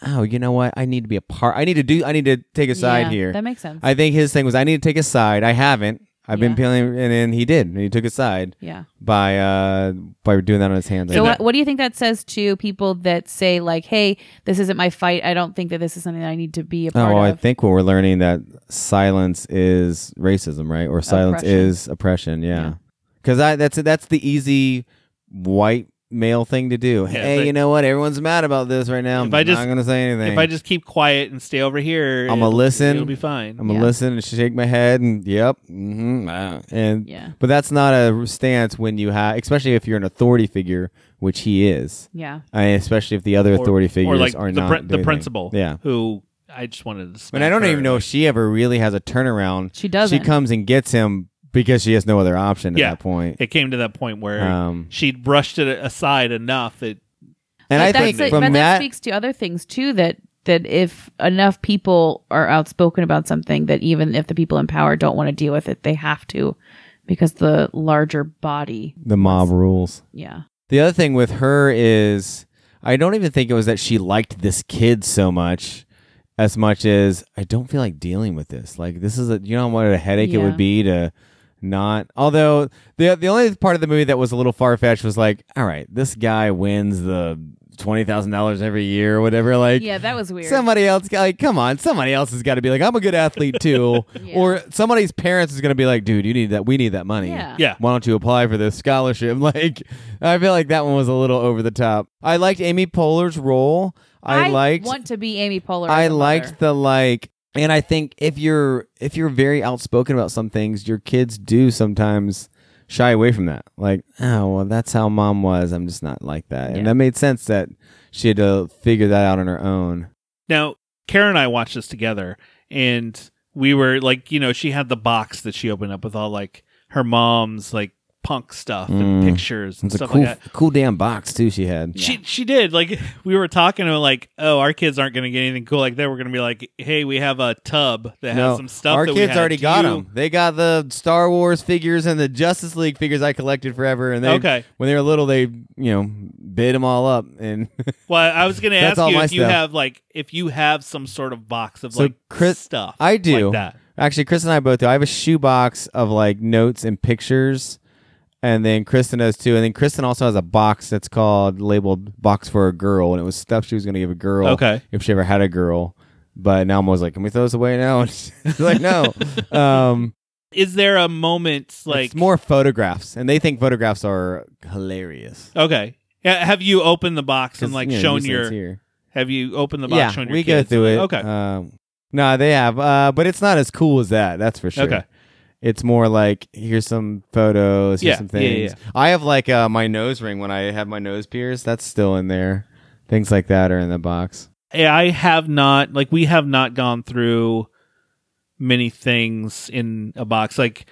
Speaker 2: oh, you know what? I need to be a part. I need to do. I need to take a side
Speaker 3: Yeah,
Speaker 2: here.
Speaker 3: That makes sense.
Speaker 2: I think his thing was I need to take a side. I haven't. I've been
Speaker 3: Yeah.
Speaker 2: feeling, and then he did. And he took his side
Speaker 3: Yeah.
Speaker 2: by uh by doing that on his hands.
Speaker 3: So,
Speaker 2: I
Speaker 3: what, what do you think that says to people that say like, "Hey, this isn't my fight. I don't think that this is something that I need to be a
Speaker 2: think.
Speaker 3: part
Speaker 2: oh, I
Speaker 3: of."
Speaker 2: think what we're learning that silence is racism, right? Or silence
Speaker 3: Oppression.
Speaker 2: is oppression. Yeah, because I that's that's the easy white male thing to do.
Speaker 1: Yeah,
Speaker 2: hey,
Speaker 1: but-
Speaker 2: you know what? Everyone's mad about this right now.
Speaker 1: If
Speaker 2: I'm
Speaker 1: I
Speaker 2: not
Speaker 1: just-
Speaker 2: going to say anything.
Speaker 1: If I just keep quiet and stay over here,
Speaker 2: I'ma
Speaker 1: it'll-
Speaker 2: listen.
Speaker 1: It'll be fine.
Speaker 2: I'm gonna
Speaker 3: Yeah.
Speaker 2: listen and shake my head and yep, mm-hmm, ah, and
Speaker 3: Yeah.
Speaker 2: But that's not a stance when you have, especially if you're an authority figure, which he is,
Speaker 3: yeah.
Speaker 2: and especially if the other authority figures
Speaker 1: or like
Speaker 2: are
Speaker 1: the,
Speaker 2: not
Speaker 1: prin-
Speaker 2: doing
Speaker 1: the
Speaker 2: anything.
Speaker 1: principal.
Speaker 2: Yeah,
Speaker 1: who I just wanted to.
Speaker 2: and I
Speaker 1: smack
Speaker 2: don't
Speaker 1: her.
Speaker 2: even know if she ever really has a turnaround.
Speaker 3: She doesn't.
Speaker 2: She comes and gets him because she has no other option at
Speaker 1: Yeah.
Speaker 2: that point.
Speaker 1: It came to that point where
Speaker 2: Um,
Speaker 1: she brushed it aside enough that
Speaker 2: and
Speaker 3: But
Speaker 2: I
Speaker 3: that's
Speaker 2: think
Speaker 3: a-
Speaker 2: from that,
Speaker 3: but that speaks to other things too. That that if enough people are outspoken about something, that even if the people in power don't want to deal with it, they have to, because the larger body.
Speaker 2: the mob rules.
Speaker 3: Yeah.
Speaker 2: The other thing with her is I don't even think it was that she liked this kid so much as much as I don't feel like dealing with this. Like this is a you know what a headache it
Speaker 3: Yeah.
Speaker 2: would be to not although the the only part of the movie that was a little far fetched was like, all right, this guy wins the twenty thousand dollars every year or whatever. Like
Speaker 3: Yeah, that was weird.
Speaker 2: Somebody else, like, come on, somebody else has got to be like, I'm a good athlete too,
Speaker 3: Yeah.
Speaker 2: or somebody's parents is going to be like, dude, you need that, we need that money.
Speaker 3: Yeah.
Speaker 1: Yeah.
Speaker 2: Why don't you apply for this scholarship? Like, I feel like that one was a little over the top. I liked Amy Poehler's role. I, liked.
Speaker 3: want to be Amy Poehler.
Speaker 2: I
Speaker 3: as a
Speaker 2: liked
Speaker 3: mother.
Speaker 2: the like, and I think if you're if you're very outspoken about some things, your kids do sometimes shy away from that. Like, oh well, that's how mom was. I'm just not like that,
Speaker 3: Yeah.
Speaker 2: and that made sense that she had to figure that out on her own.
Speaker 1: Now, Karen and I watched this together, and we were like, you know, she had the box that she opened up with all like her mom's like punk stuff and
Speaker 2: Mm.
Speaker 1: pictures and
Speaker 2: It's a
Speaker 1: stuff
Speaker 2: cool,
Speaker 1: like that.
Speaker 2: cool damn box too. She had.
Speaker 1: She she did like we were talking and we're like oh our kids aren't gonna get anything cool like that we're gonna be like hey we have a tub that has some stuff
Speaker 2: our
Speaker 1: that we
Speaker 2: kids
Speaker 1: had.
Speaker 2: already
Speaker 1: Do
Speaker 2: got
Speaker 1: you-
Speaker 2: them. They got the Star Wars figures and the Justice League figures I collected forever. And they,
Speaker 1: Okay.
Speaker 2: when they were little, they you know bid them all up. And
Speaker 1: well I was gonna ask
Speaker 2: That's all
Speaker 1: you
Speaker 2: my
Speaker 1: if you
Speaker 2: stuff.
Speaker 1: have like if you have some sort of box of
Speaker 2: So,
Speaker 1: like
Speaker 2: Chris-
Speaker 1: stuff
Speaker 2: I do
Speaker 1: like that
Speaker 2: actually, Chris and I both do. I have a shoebox of like notes and pictures, and then Kristen does too. And then Kristen also has a box that's called labeled "Box for a Girl," and it was stuff she was going to give a girl.
Speaker 1: Okay.
Speaker 2: if she ever had a girl. But now I'm always like, can we throw this away now? And she's like, no. um,
Speaker 1: is there a moment like
Speaker 2: it's more photographs, and they think photographs are hilarious.
Speaker 1: okay Yeah, have you opened the box and
Speaker 2: 'Cause,
Speaker 1: like
Speaker 2: you know,
Speaker 1: shown
Speaker 2: usually
Speaker 1: your
Speaker 2: it's here.
Speaker 1: Have you opened the box?
Speaker 2: yeah,
Speaker 1: shown your
Speaker 2: we go
Speaker 1: kids?
Speaker 2: through it.
Speaker 1: Okay.
Speaker 2: Um, no, they have, uh, but it's not as cool as that. That's for sure.
Speaker 1: Okay.
Speaker 2: It's more like here's some photos, here's
Speaker 1: Yeah,
Speaker 2: some
Speaker 1: yeah, yeah,
Speaker 2: things. I have like uh, my nose ring when I have my nose pierced. That's still in there. Things like that are in the box.
Speaker 1: Yeah, I have not like we have not gone through many things in a box. Like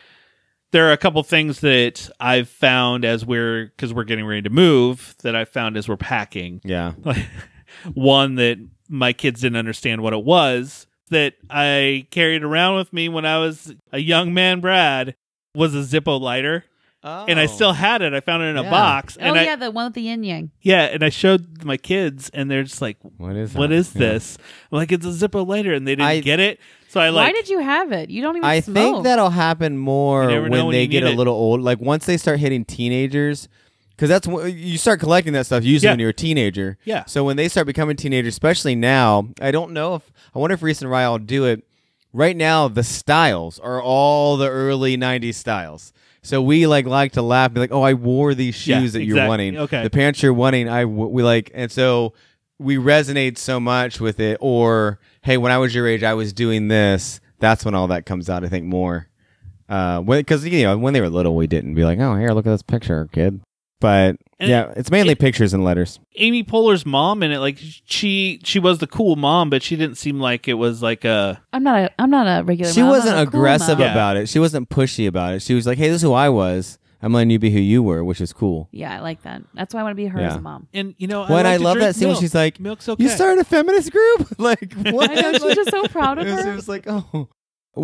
Speaker 1: there are a couple things that I've found as we're because we're getting ready to move that I found as we're packing.
Speaker 2: Yeah.
Speaker 1: Like one that my kids didn't understand what it was that I carried around with me when I was a young man. Brad was a Zippo lighter, and I still had it. I found it in a
Speaker 2: Oh. Yeah.
Speaker 1: box,
Speaker 3: Oh
Speaker 1: and I,
Speaker 3: yeah, the one with the yin yang.
Speaker 1: Yeah, and I showed my kids, and they're just like,
Speaker 2: What is
Speaker 1: "What
Speaker 2: that?"
Speaker 1: is
Speaker 2: Yeah.
Speaker 1: this?" I'm like, "It's a Zippo lighter," and they didn't
Speaker 2: I-
Speaker 1: get it. So I like,
Speaker 3: Why did you have it? You don't even.
Speaker 2: I
Speaker 3: smoke.
Speaker 2: think that'll happen more
Speaker 1: You never
Speaker 2: when,
Speaker 1: know when
Speaker 2: they
Speaker 1: you
Speaker 2: get
Speaker 1: need
Speaker 2: a
Speaker 1: it.
Speaker 2: little old. Like once they start hitting teenagers, because that's when you start collecting that stuff usually
Speaker 1: Yeah.
Speaker 2: when you're a teenager.
Speaker 1: Yeah.
Speaker 2: So when they start becoming teenagers, especially now, I don't know if I wonder if Reese and Ryle do it. Right now, the styles are all the early '90s styles. So we like like to laugh, and be like, "Oh, I wore these shoes
Speaker 1: Yeah,
Speaker 2: that you're
Speaker 1: exactly.
Speaker 2: wanting.
Speaker 1: Okay.
Speaker 2: the pants you're wanting. I w- we like, and so we resonate so much with it. Or hey, when I was your age, I was doing this. That's when all that comes out. I think more because you know when they were little, we didn't be like, oh, here, look at this picture, kid. But
Speaker 1: And
Speaker 2: yeah, it's mainly
Speaker 1: it-
Speaker 2: pictures and letters.
Speaker 1: Amy Poehler's mom in it? Like she she was the cool mom, but she didn't seem like it was like a
Speaker 3: I'm not a. I'm not a regular.
Speaker 2: She
Speaker 3: mom. I'm
Speaker 2: wasn't
Speaker 3: not a cool
Speaker 2: aggressive
Speaker 3: mom.
Speaker 1: Yeah.
Speaker 2: about it. She wasn't pushy about it. She was like, hey, this is who I was. I'm letting you be who you were, which is cool.
Speaker 3: Yeah, I like that. That's why I want to be her as
Speaker 2: Yeah.
Speaker 3: a mom.
Speaker 1: and you know.
Speaker 2: When
Speaker 1: I,
Speaker 2: I,
Speaker 1: like to
Speaker 2: love
Speaker 1: drink
Speaker 2: that scene, when
Speaker 1: milk.
Speaker 2: she's like,
Speaker 1: "Milk's okay."
Speaker 2: you started a feminist group? like, what?
Speaker 3: I know she's just so proud of
Speaker 2: It was,
Speaker 3: her.
Speaker 2: it was like, oh.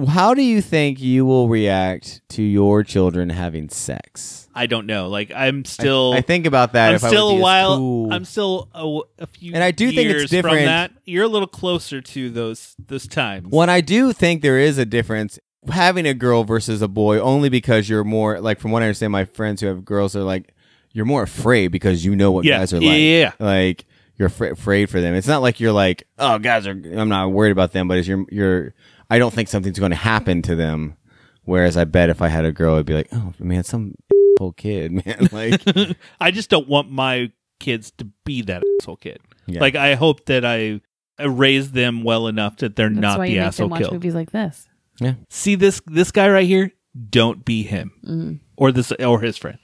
Speaker 2: How do you think you will react to your children having sex?
Speaker 1: I don't know. Like I'm
Speaker 2: I-
Speaker 1: still.
Speaker 2: I, think about that.
Speaker 1: I'm
Speaker 2: if I would
Speaker 1: still
Speaker 2: be
Speaker 1: a
Speaker 2: as
Speaker 1: while.
Speaker 2: cool.
Speaker 1: I'm still a, w- a few.
Speaker 2: And I do think it's
Speaker 1: years
Speaker 2: different.
Speaker 1: From that. You're a little closer to those those times.
Speaker 2: When I do think there is a difference having a girl versus a boy only because you're more like from what I understand, my friends who have girls are like you're more afraid because you know what
Speaker 1: Yeah.
Speaker 2: guys are
Speaker 1: Yeah,
Speaker 2: like.
Speaker 1: yeah, yeah.
Speaker 2: Like you're afra- afraid for them. It's not like you're like oh guys are I'm not worried about them, but it's you're you're I don't think something's going to happen to them. Whereas I bet if I had a girl, I'd be like oh man, some whole kid man like
Speaker 1: I just don't want my kids to be that asshole kid.
Speaker 2: Yeah.
Speaker 1: Like I hope that I I raise them well enough that they're
Speaker 3: That's
Speaker 1: not
Speaker 3: why
Speaker 1: the
Speaker 3: you make them
Speaker 1: asshole
Speaker 3: watch
Speaker 1: kid.
Speaker 3: movies like this.
Speaker 2: yeah.
Speaker 1: See this this guy right here? Don't be him
Speaker 3: Mm-hmm.
Speaker 1: or this or his friend.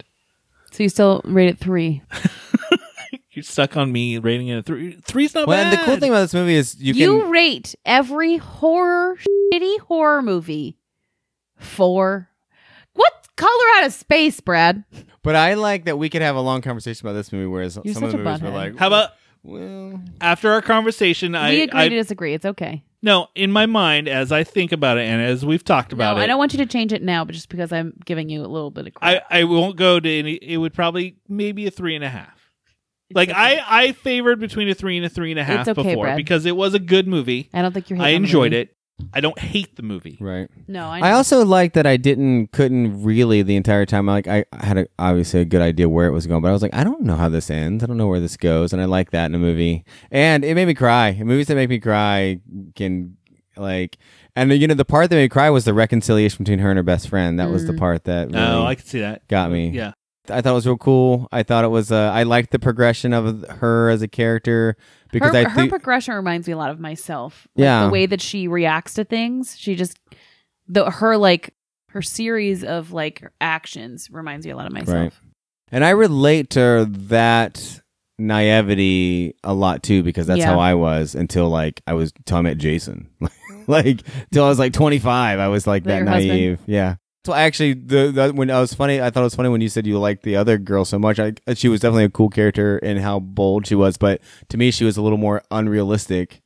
Speaker 3: So you still rate it three.
Speaker 1: You're stuck on me rating it a three. Three's not
Speaker 2: Well, and
Speaker 1: bad.
Speaker 2: the cool thing about this movie is you
Speaker 3: You,
Speaker 2: can
Speaker 3: rate every horror shitty horror movie four. What color out of space, Brad?
Speaker 2: But I like that we could have a long conversation about this movie, whereas
Speaker 3: You're
Speaker 2: some of
Speaker 3: such
Speaker 2: the
Speaker 3: a
Speaker 2: movies were
Speaker 3: butthead.
Speaker 2: like,
Speaker 1: How about
Speaker 2: Well,
Speaker 1: after our conversation? I,
Speaker 3: we agree
Speaker 1: I-
Speaker 3: to disagree. It's okay.
Speaker 1: no in my mind as I think about it and as we've talked about
Speaker 3: no,
Speaker 1: it.
Speaker 3: I don't want you to change it now, but just because I'm giving you a little bit of
Speaker 1: I,
Speaker 3: credit.
Speaker 1: I won't go to any. It would probably maybe a three and a half. Like I, I favored between a three and a three and a half
Speaker 3: It's okay,
Speaker 1: before
Speaker 3: Brad.
Speaker 1: because it was a good movie.
Speaker 3: I, don't think you're.
Speaker 1: I enjoyed it. I don't hate the movie.
Speaker 2: right.
Speaker 3: No, I,
Speaker 2: I also like that I didn't, couldn't really the entire time. Like I I had a, obviously a good idea where it was going, but I was like, I don't know how this ends. I don't know where this goes, and I like that in a movie. And it made me cry. Movies that make me cry can like, and you know, the part that made me cry was the reconciliation between her and her best friend. That was
Speaker 3: Mm.
Speaker 2: the part that really
Speaker 1: No, Oh, I could see that.
Speaker 2: got me.
Speaker 1: Yeah,
Speaker 2: I thought it was real cool. I thought it was. Uh, I liked the progression of her as a character because
Speaker 3: her,
Speaker 2: I
Speaker 3: her
Speaker 2: think
Speaker 3: progression reminds me a lot of myself. Like,
Speaker 2: Yeah.
Speaker 3: the way that she reacts to things, she just the her like her series of like actions reminds me a lot of myself.
Speaker 2: Right. Uh, And I relate to that naivety a lot too because that's
Speaker 3: Yeah.
Speaker 2: how I was until like I was until I met Jason. like till I was like 25, I was like
Speaker 3: That
Speaker 2: that,
Speaker 3: your husband?
Speaker 2: naive. Yeah. So I actually the, the when I was funny, I thought it was funny when you said you liked the other girl so much. I she was definitely a cool character and how bold she was, but to me she was a little more unrealistic.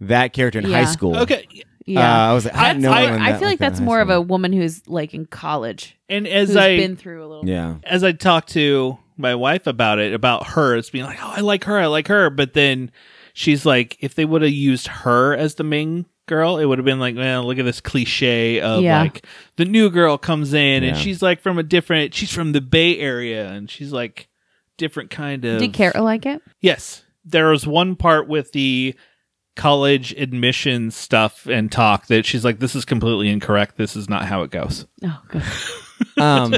Speaker 2: That character in
Speaker 3: Yeah.
Speaker 2: high school.
Speaker 1: okay.
Speaker 3: Yeah.
Speaker 2: Uh, I was like, I,
Speaker 1: I-
Speaker 2: had no
Speaker 1: I-
Speaker 2: one
Speaker 1: I'm
Speaker 3: I
Speaker 2: that
Speaker 3: feel like
Speaker 2: that in
Speaker 3: that's
Speaker 2: high
Speaker 3: more of a
Speaker 2: school.
Speaker 3: woman who's like in college,
Speaker 1: And
Speaker 3: who's
Speaker 1: as I
Speaker 3: been through a little.
Speaker 2: yeah.
Speaker 1: as I talked to my wife about it, about her, it's being like, oh, I like her, I like her, but then she's like, if they would have used her as the main girl, it would have been like, man, look at this cliche of
Speaker 3: Yeah.
Speaker 1: like the new girl comes in and
Speaker 2: Yeah.
Speaker 1: she's like from a different, she's from the Bay Area and she's like different kind of.
Speaker 3: Did Kara like it?
Speaker 1: Yes, there was one part with the college admission stuff and talk that she's like, this is completely incorrect. This is not how it goes.
Speaker 3: Oh, good.
Speaker 2: um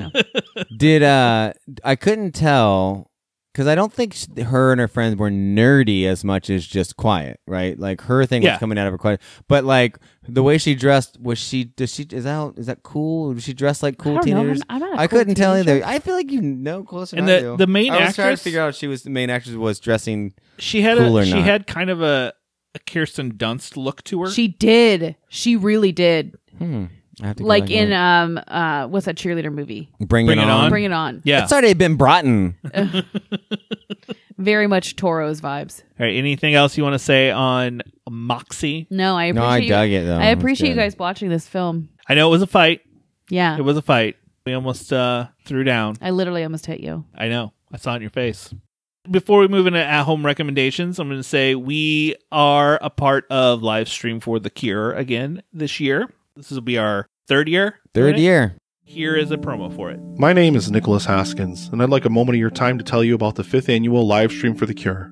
Speaker 2: did uh i couldn't tell because i don't think sh- her and her friends were nerdy as much as just quiet right like her thing
Speaker 1: Yeah.
Speaker 2: was coming out of her quiet but like the way she dressed was she does she is that how- is that cool was she dressed like cool
Speaker 3: I don't know. I'm-
Speaker 2: teenagers
Speaker 3: I'm not a
Speaker 2: I
Speaker 3: cool
Speaker 2: couldn't tell
Speaker 3: teenager.
Speaker 2: either i feel like you know closer
Speaker 1: And
Speaker 2: than I
Speaker 1: the-
Speaker 2: do.
Speaker 1: the main
Speaker 2: i was trying to
Speaker 1: actress-
Speaker 2: figure out if she was the main actress was dressing
Speaker 1: she had
Speaker 2: cool
Speaker 1: a
Speaker 2: or
Speaker 1: she
Speaker 2: not.
Speaker 1: had kind of a, a Kirsten Dunst look to her.
Speaker 3: She did. She really did.
Speaker 2: I have to go
Speaker 3: Like
Speaker 2: back
Speaker 3: in
Speaker 2: and
Speaker 3: um uh what's that cheerleader movie?
Speaker 2: look. bring,
Speaker 1: Bring
Speaker 2: it,
Speaker 1: It
Speaker 2: on,
Speaker 1: On?
Speaker 3: Bring it on.
Speaker 1: yeah.
Speaker 2: it's already been broughton
Speaker 3: Very much Toro's vibes.
Speaker 1: All right. Anything else you want to say on Moxie?
Speaker 3: No, I
Speaker 2: No, I
Speaker 3: appreciate
Speaker 2: dug
Speaker 3: you,
Speaker 2: it, though.
Speaker 3: I
Speaker 2: That's
Speaker 3: appreciate you
Speaker 2: good.
Speaker 3: guys watching this film.
Speaker 1: I know it was a fight.
Speaker 3: Yeah.
Speaker 1: It was a fight. We almost uh, threw down.
Speaker 3: I literally almost hit you.
Speaker 1: I know. I saw it in your face. Before we move into at home recommendations, I'm going to say we are a part of live stream for The Cure again this year. This will be our third year.
Speaker 2: third
Speaker 1: right?
Speaker 2: year
Speaker 1: Here is a promo for it.
Speaker 9: My name is Nicholas Hoskins, and I'd like a moment of your time to tell you about the fifth annual live stream for the cure.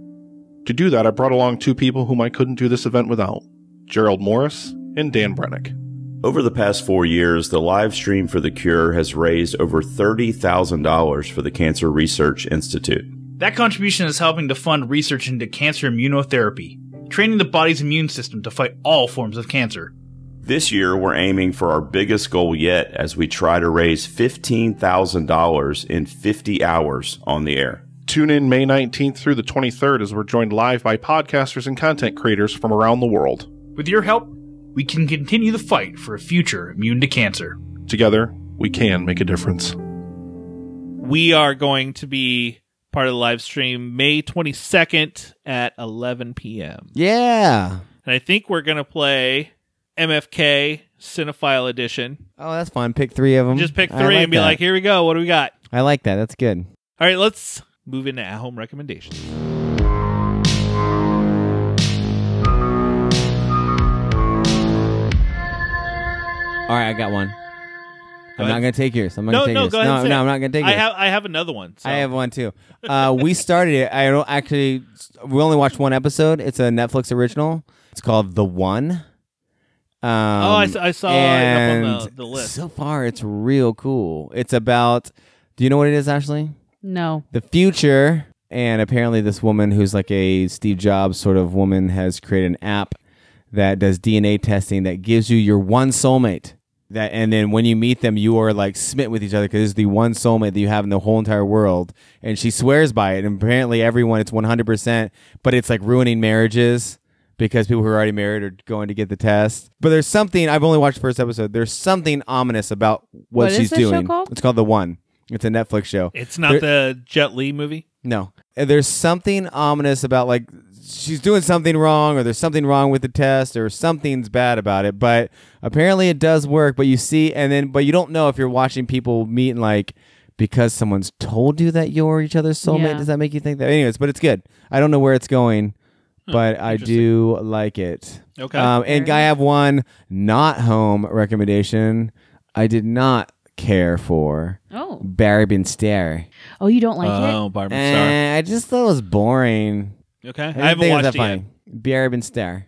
Speaker 9: To do that, I brought along two people whom I couldn't do this event without Gerald Morris and Dan Brennick.
Speaker 10: Over the past four years, the live stream for the cure has raised over $30,000 for the Cancer Research Institute.
Speaker 11: That contribution is helping to fund research into cancer immunotherapy, training the body's immune system to fight all forms of cancer.
Speaker 10: This year, we're aiming for our biggest goal yet as we try to raise $15,000 in 50 hours on the air.
Speaker 9: Tune in May 19th through the 23rd as we're joined live by podcasters and content creators from around the world.
Speaker 11: With your help, we can continue the fight for a future immune to cancer.
Speaker 9: Together, we can make a difference.
Speaker 1: We are going to be part of the live stream May 22nd at 11 p.m.
Speaker 2: yeah
Speaker 1: And I think we're going to play MFK Cinephile Edition.
Speaker 2: oh that's fun pick three of them
Speaker 1: Just pick three and be like, here we go. What do we got?
Speaker 2: i like that that's good
Speaker 1: All right, let's move into at home recommendations.
Speaker 2: All right, I got one.
Speaker 1: Go
Speaker 2: I'm
Speaker 1: ahead.
Speaker 2: not going to take yours. I'm not
Speaker 1: no,
Speaker 2: going to take
Speaker 1: no,
Speaker 2: yours.
Speaker 1: go ahead.
Speaker 2: no,
Speaker 1: and say
Speaker 2: no,
Speaker 1: it.
Speaker 2: I'm not going to take
Speaker 1: I
Speaker 2: yours.
Speaker 1: have, I have another one. So.
Speaker 2: I have one too. Uh, we started it. I don't actually. We only watched one episode. It's a Netflix original. It's called The One. Um, oh,
Speaker 1: I s- I saw it up on the- the list.
Speaker 2: So far, it's real cool. It's about. Do you know what it is, Ashley?
Speaker 3: No.
Speaker 2: The future, and apparently, this woman who's like a Steve Jobs sort of woman has created an app that does DNA testing that gives you your one soulmate. That and then when you meet them, you are like smitten with each other because it's the one soulmate that you have in the whole entire world. And she swears by it. And apparently, everyone it's one hundred percent, but it's like ruining marriages because people who are already married are going to get the test. But there's something I've only watched the first episode. There's something ominous about what,
Speaker 1: What is
Speaker 2: she's
Speaker 1: this show
Speaker 2: doing.
Speaker 1: called?
Speaker 2: It's called The One. It's a Netflix show.
Speaker 1: It's not
Speaker 2: There-
Speaker 1: the Jet Li movie.
Speaker 2: no. And There's something ominous about like she's doing something wrong or there's something wrong with the test or something's bad about it, but apparently it does work, but you see and then but you don't know if you're watching people meet and like because someone's told you that you're each other's soulmate,
Speaker 1: Yeah.
Speaker 2: does that make you think that? Anyways, but it's good. I don't know where it's going, but I do like it.
Speaker 1: Okay.
Speaker 2: Um, and I have one not home recommendation. I did not care for.
Speaker 3: Oh.
Speaker 2: Barb and Stare.
Speaker 3: Oh, you don't like it?
Speaker 1: Oh, Barb
Speaker 2: Eh, I just thought it was boring.
Speaker 1: Okay.
Speaker 2: I,
Speaker 1: I
Speaker 2: didn't
Speaker 1: haven't
Speaker 2: think it was
Speaker 1: watched
Speaker 2: that
Speaker 1: it
Speaker 2: funny. Barb and Stare.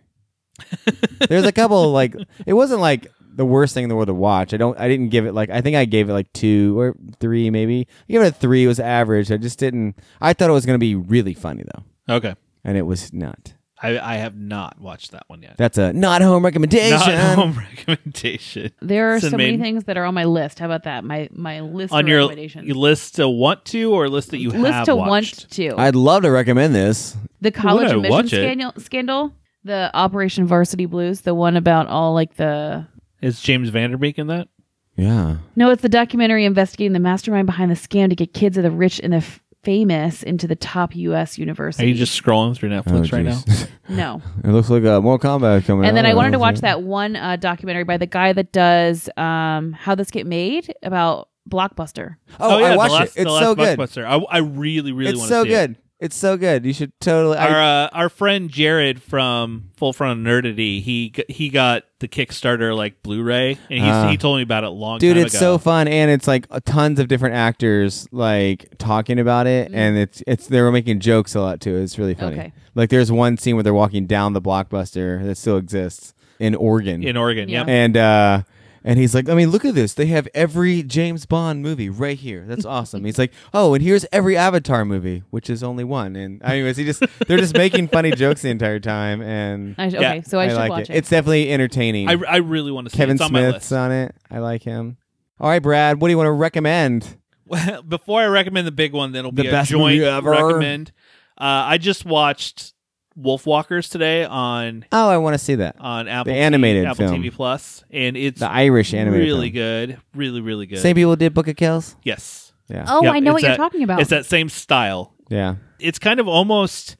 Speaker 2: There's a couple of, like it wasn't like the worst thing in the world to watch. I don't. I didn't give it like. I think I gave it like two or three, maybe. I gave it a three. It was average. I just didn't. I thought it was going to be really funny though.
Speaker 1: Okay.
Speaker 2: And it was not.
Speaker 1: I, I have not watched that one yet.
Speaker 2: That's a not home recommendation.
Speaker 1: Not home recommendation.
Speaker 3: There are so many
Speaker 1: Cinnamon.
Speaker 3: things that are on my list. How about that? My my list
Speaker 1: on
Speaker 3: of
Speaker 1: your
Speaker 3: recommendations.
Speaker 1: your list to want to or list that you
Speaker 3: list
Speaker 1: have
Speaker 3: to
Speaker 1: watched.
Speaker 3: want to.
Speaker 2: I'd love to recommend this.
Speaker 3: the
Speaker 1: Would
Speaker 3: college
Speaker 1: I
Speaker 3: admissions
Speaker 1: watch it?
Speaker 3: scandal, scandal, the Operation Varsity Blues, the one about all like the
Speaker 1: Is James Vanderbeek in that?
Speaker 2: Yeah.
Speaker 3: no, it's the documentary investigating the mastermind behind the scam to get kids of the rich and the f- famous into the top U.S.
Speaker 1: Are
Speaker 3: universities.
Speaker 1: you just scrolling through Netflix
Speaker 2: Oh,
Speaker 1: right now?
Speaker 2: jeez.
Speaker 3: no.
Speaker 2: It looks like uh, more combat coming.
Speaker 3: And then
Speaker 2: out.
Speaker 3: I wanted to
Speaker 2: Uh,
Speaker 3: watch that one uh, documentary by the guy that does um, How This Get Made about Blockbuster.
Speaker 2: Oh, I watched
Speaker 1: the last,
Speaker 2: it. It's
Speaker 1: the last
Speaker 2: so good.
Speaker 1: Blockbuster. I, I really, really
Speaker 2: it's
Speaker 1: want
Speaker 2: so
Speaker 1: to see
Speaker 2: good.
Speaker 1: it.
Speaker 2: It's so good. You should totally. I-
Speaker 1: Our uh, our friend Jared from Full Front Nerdity, he g- he got the Kickstarter like Blu-ray, and he
Speaker 2: Ah.
Speaker 1: he told me about it a long
Speaker 2: dude
Speaker 1: time
Speaker 2: it's
Speaker 1: ago.
Speaker 2: so fun and it's like a- tons of different actors like talking about it
Speaker 3: Mm-hmm.
Speaker 2: and it's it's they were making jokes a lot too it's really funny
Speaker 1: Okay.
Speaker 2: like there's one scene where they're walking down the blockbuster that still exists in oregon
Speaker 1: In Oregon,
Speaker 3: Uh-huh.
Speaker 1: Yeah. yep.
Speaker 2: and uh and he's like, I mean, look at this. They have every James Bond movie right here. That's awesome. he's like, oh, and here's every Avatar movie, which is only one. And anyways, he just they're just making funny jokes the entire time. And
Speaker 3: I- okay, Yeah. so I should
Speaker 2: like
Speaker 3: watch it.
Speaker 2: It's definitely entertaining.
Speaker 1: I, I really want to see
Speaker 2: Kevin
Speaker 1: it. It's on my list.
Speaker 2: Smith's on it. I like him. All right, Brad. What do you want to recommend?
Speaker 1: Well, before I recommend the big one, that'll be
Speaker 2: uh, The
Speaker 1: a
Speaker 2: best
Speaker 1: joint
Speaker 2: movie ever.
Speaker 1: recommend. Uh, I just watched Wolf Walkers today on
Speaker 2: Oh, I want to see that
Speaker 1: on Apple
Speaker 2: the animated
Speaker 1: Apple
Speaker 2: film.
Speaker 1: TV Plus, and it's
Speaker 2: The Irish animated
Speaker 1: really good, really really good.
Speaker 2: Same people did Book of Kells.
Speaker 1: Yes.
Speaker 2: Yeah.
Speaker 3: Oh, I know what
Speaker 1: it's
Speaker 3: you're
Speaker 1: that-
Speaker 3: talking about.
Speaker 1: It's that same style.
Speaker 2: Yeah.
Speaker 1: It's kind of almost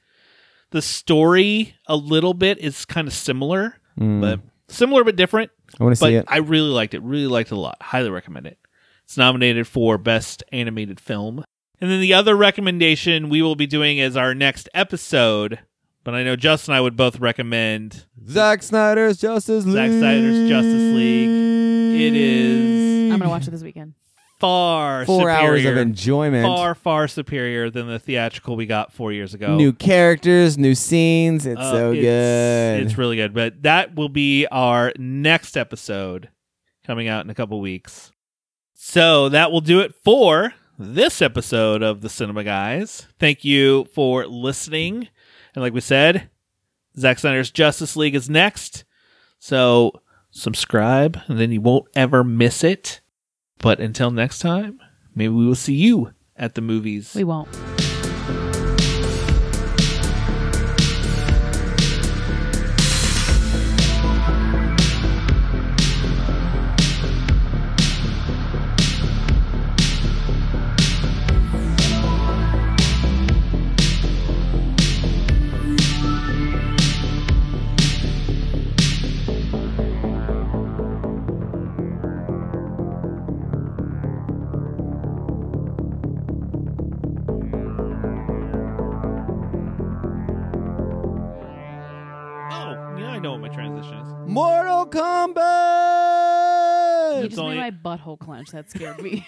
Speaker 1: the story a little bit is kind of similar,
Speaker 2: Mm.
Speaker 1: but similar but different.
Speaker 2: I wanna see
Speaker 1: But
Speaker 2: it.
Speaker 1: I really liked it. Really liked it a lot. Highly recommend it. It's nominated for best animated film. And then the other recommendation we will be doing is our next episode. But I know Justin and I would both recommend
Speaker 2: Zack Snyder's Justice League.
Speaker 1: Zack Snyder's Justice League. It is
Speaker 3: I'm gonna
Speaker 1: mm.
Speaker 3: watch it this weekend.
Speaker 1: far
Speaker 2: Four hours of
Speaker 1: superior-
Speaker 2: enjoyment.
Speaker 1: Far far superior than the theatrical we got four years ago.
Speaker 2: New characters, new scenes. It's
Speaker 1: Uh,
Speaker 2: so good.
Speaker 1: It's really good. But that will be our next episode coming out in a couple weeks. So that will do it for this episode of the Cinema Guys. Thank you for listening. And like we said, Zack Snyder's Justice League is next. So subscribe and then you won't ever miss it. But until next time, maybe we will see you at the movies.
Speaker 3: We won't.
Speaker 1: Oh, yeah, I know what my transition is. Oh,
Speaker 2: Mortal Kombat.
Speaker 3: You
Speaker 1: It's
Speaker 3: just
Speaker 1: only-
Speaker 3: made my butthole clench. That scared me.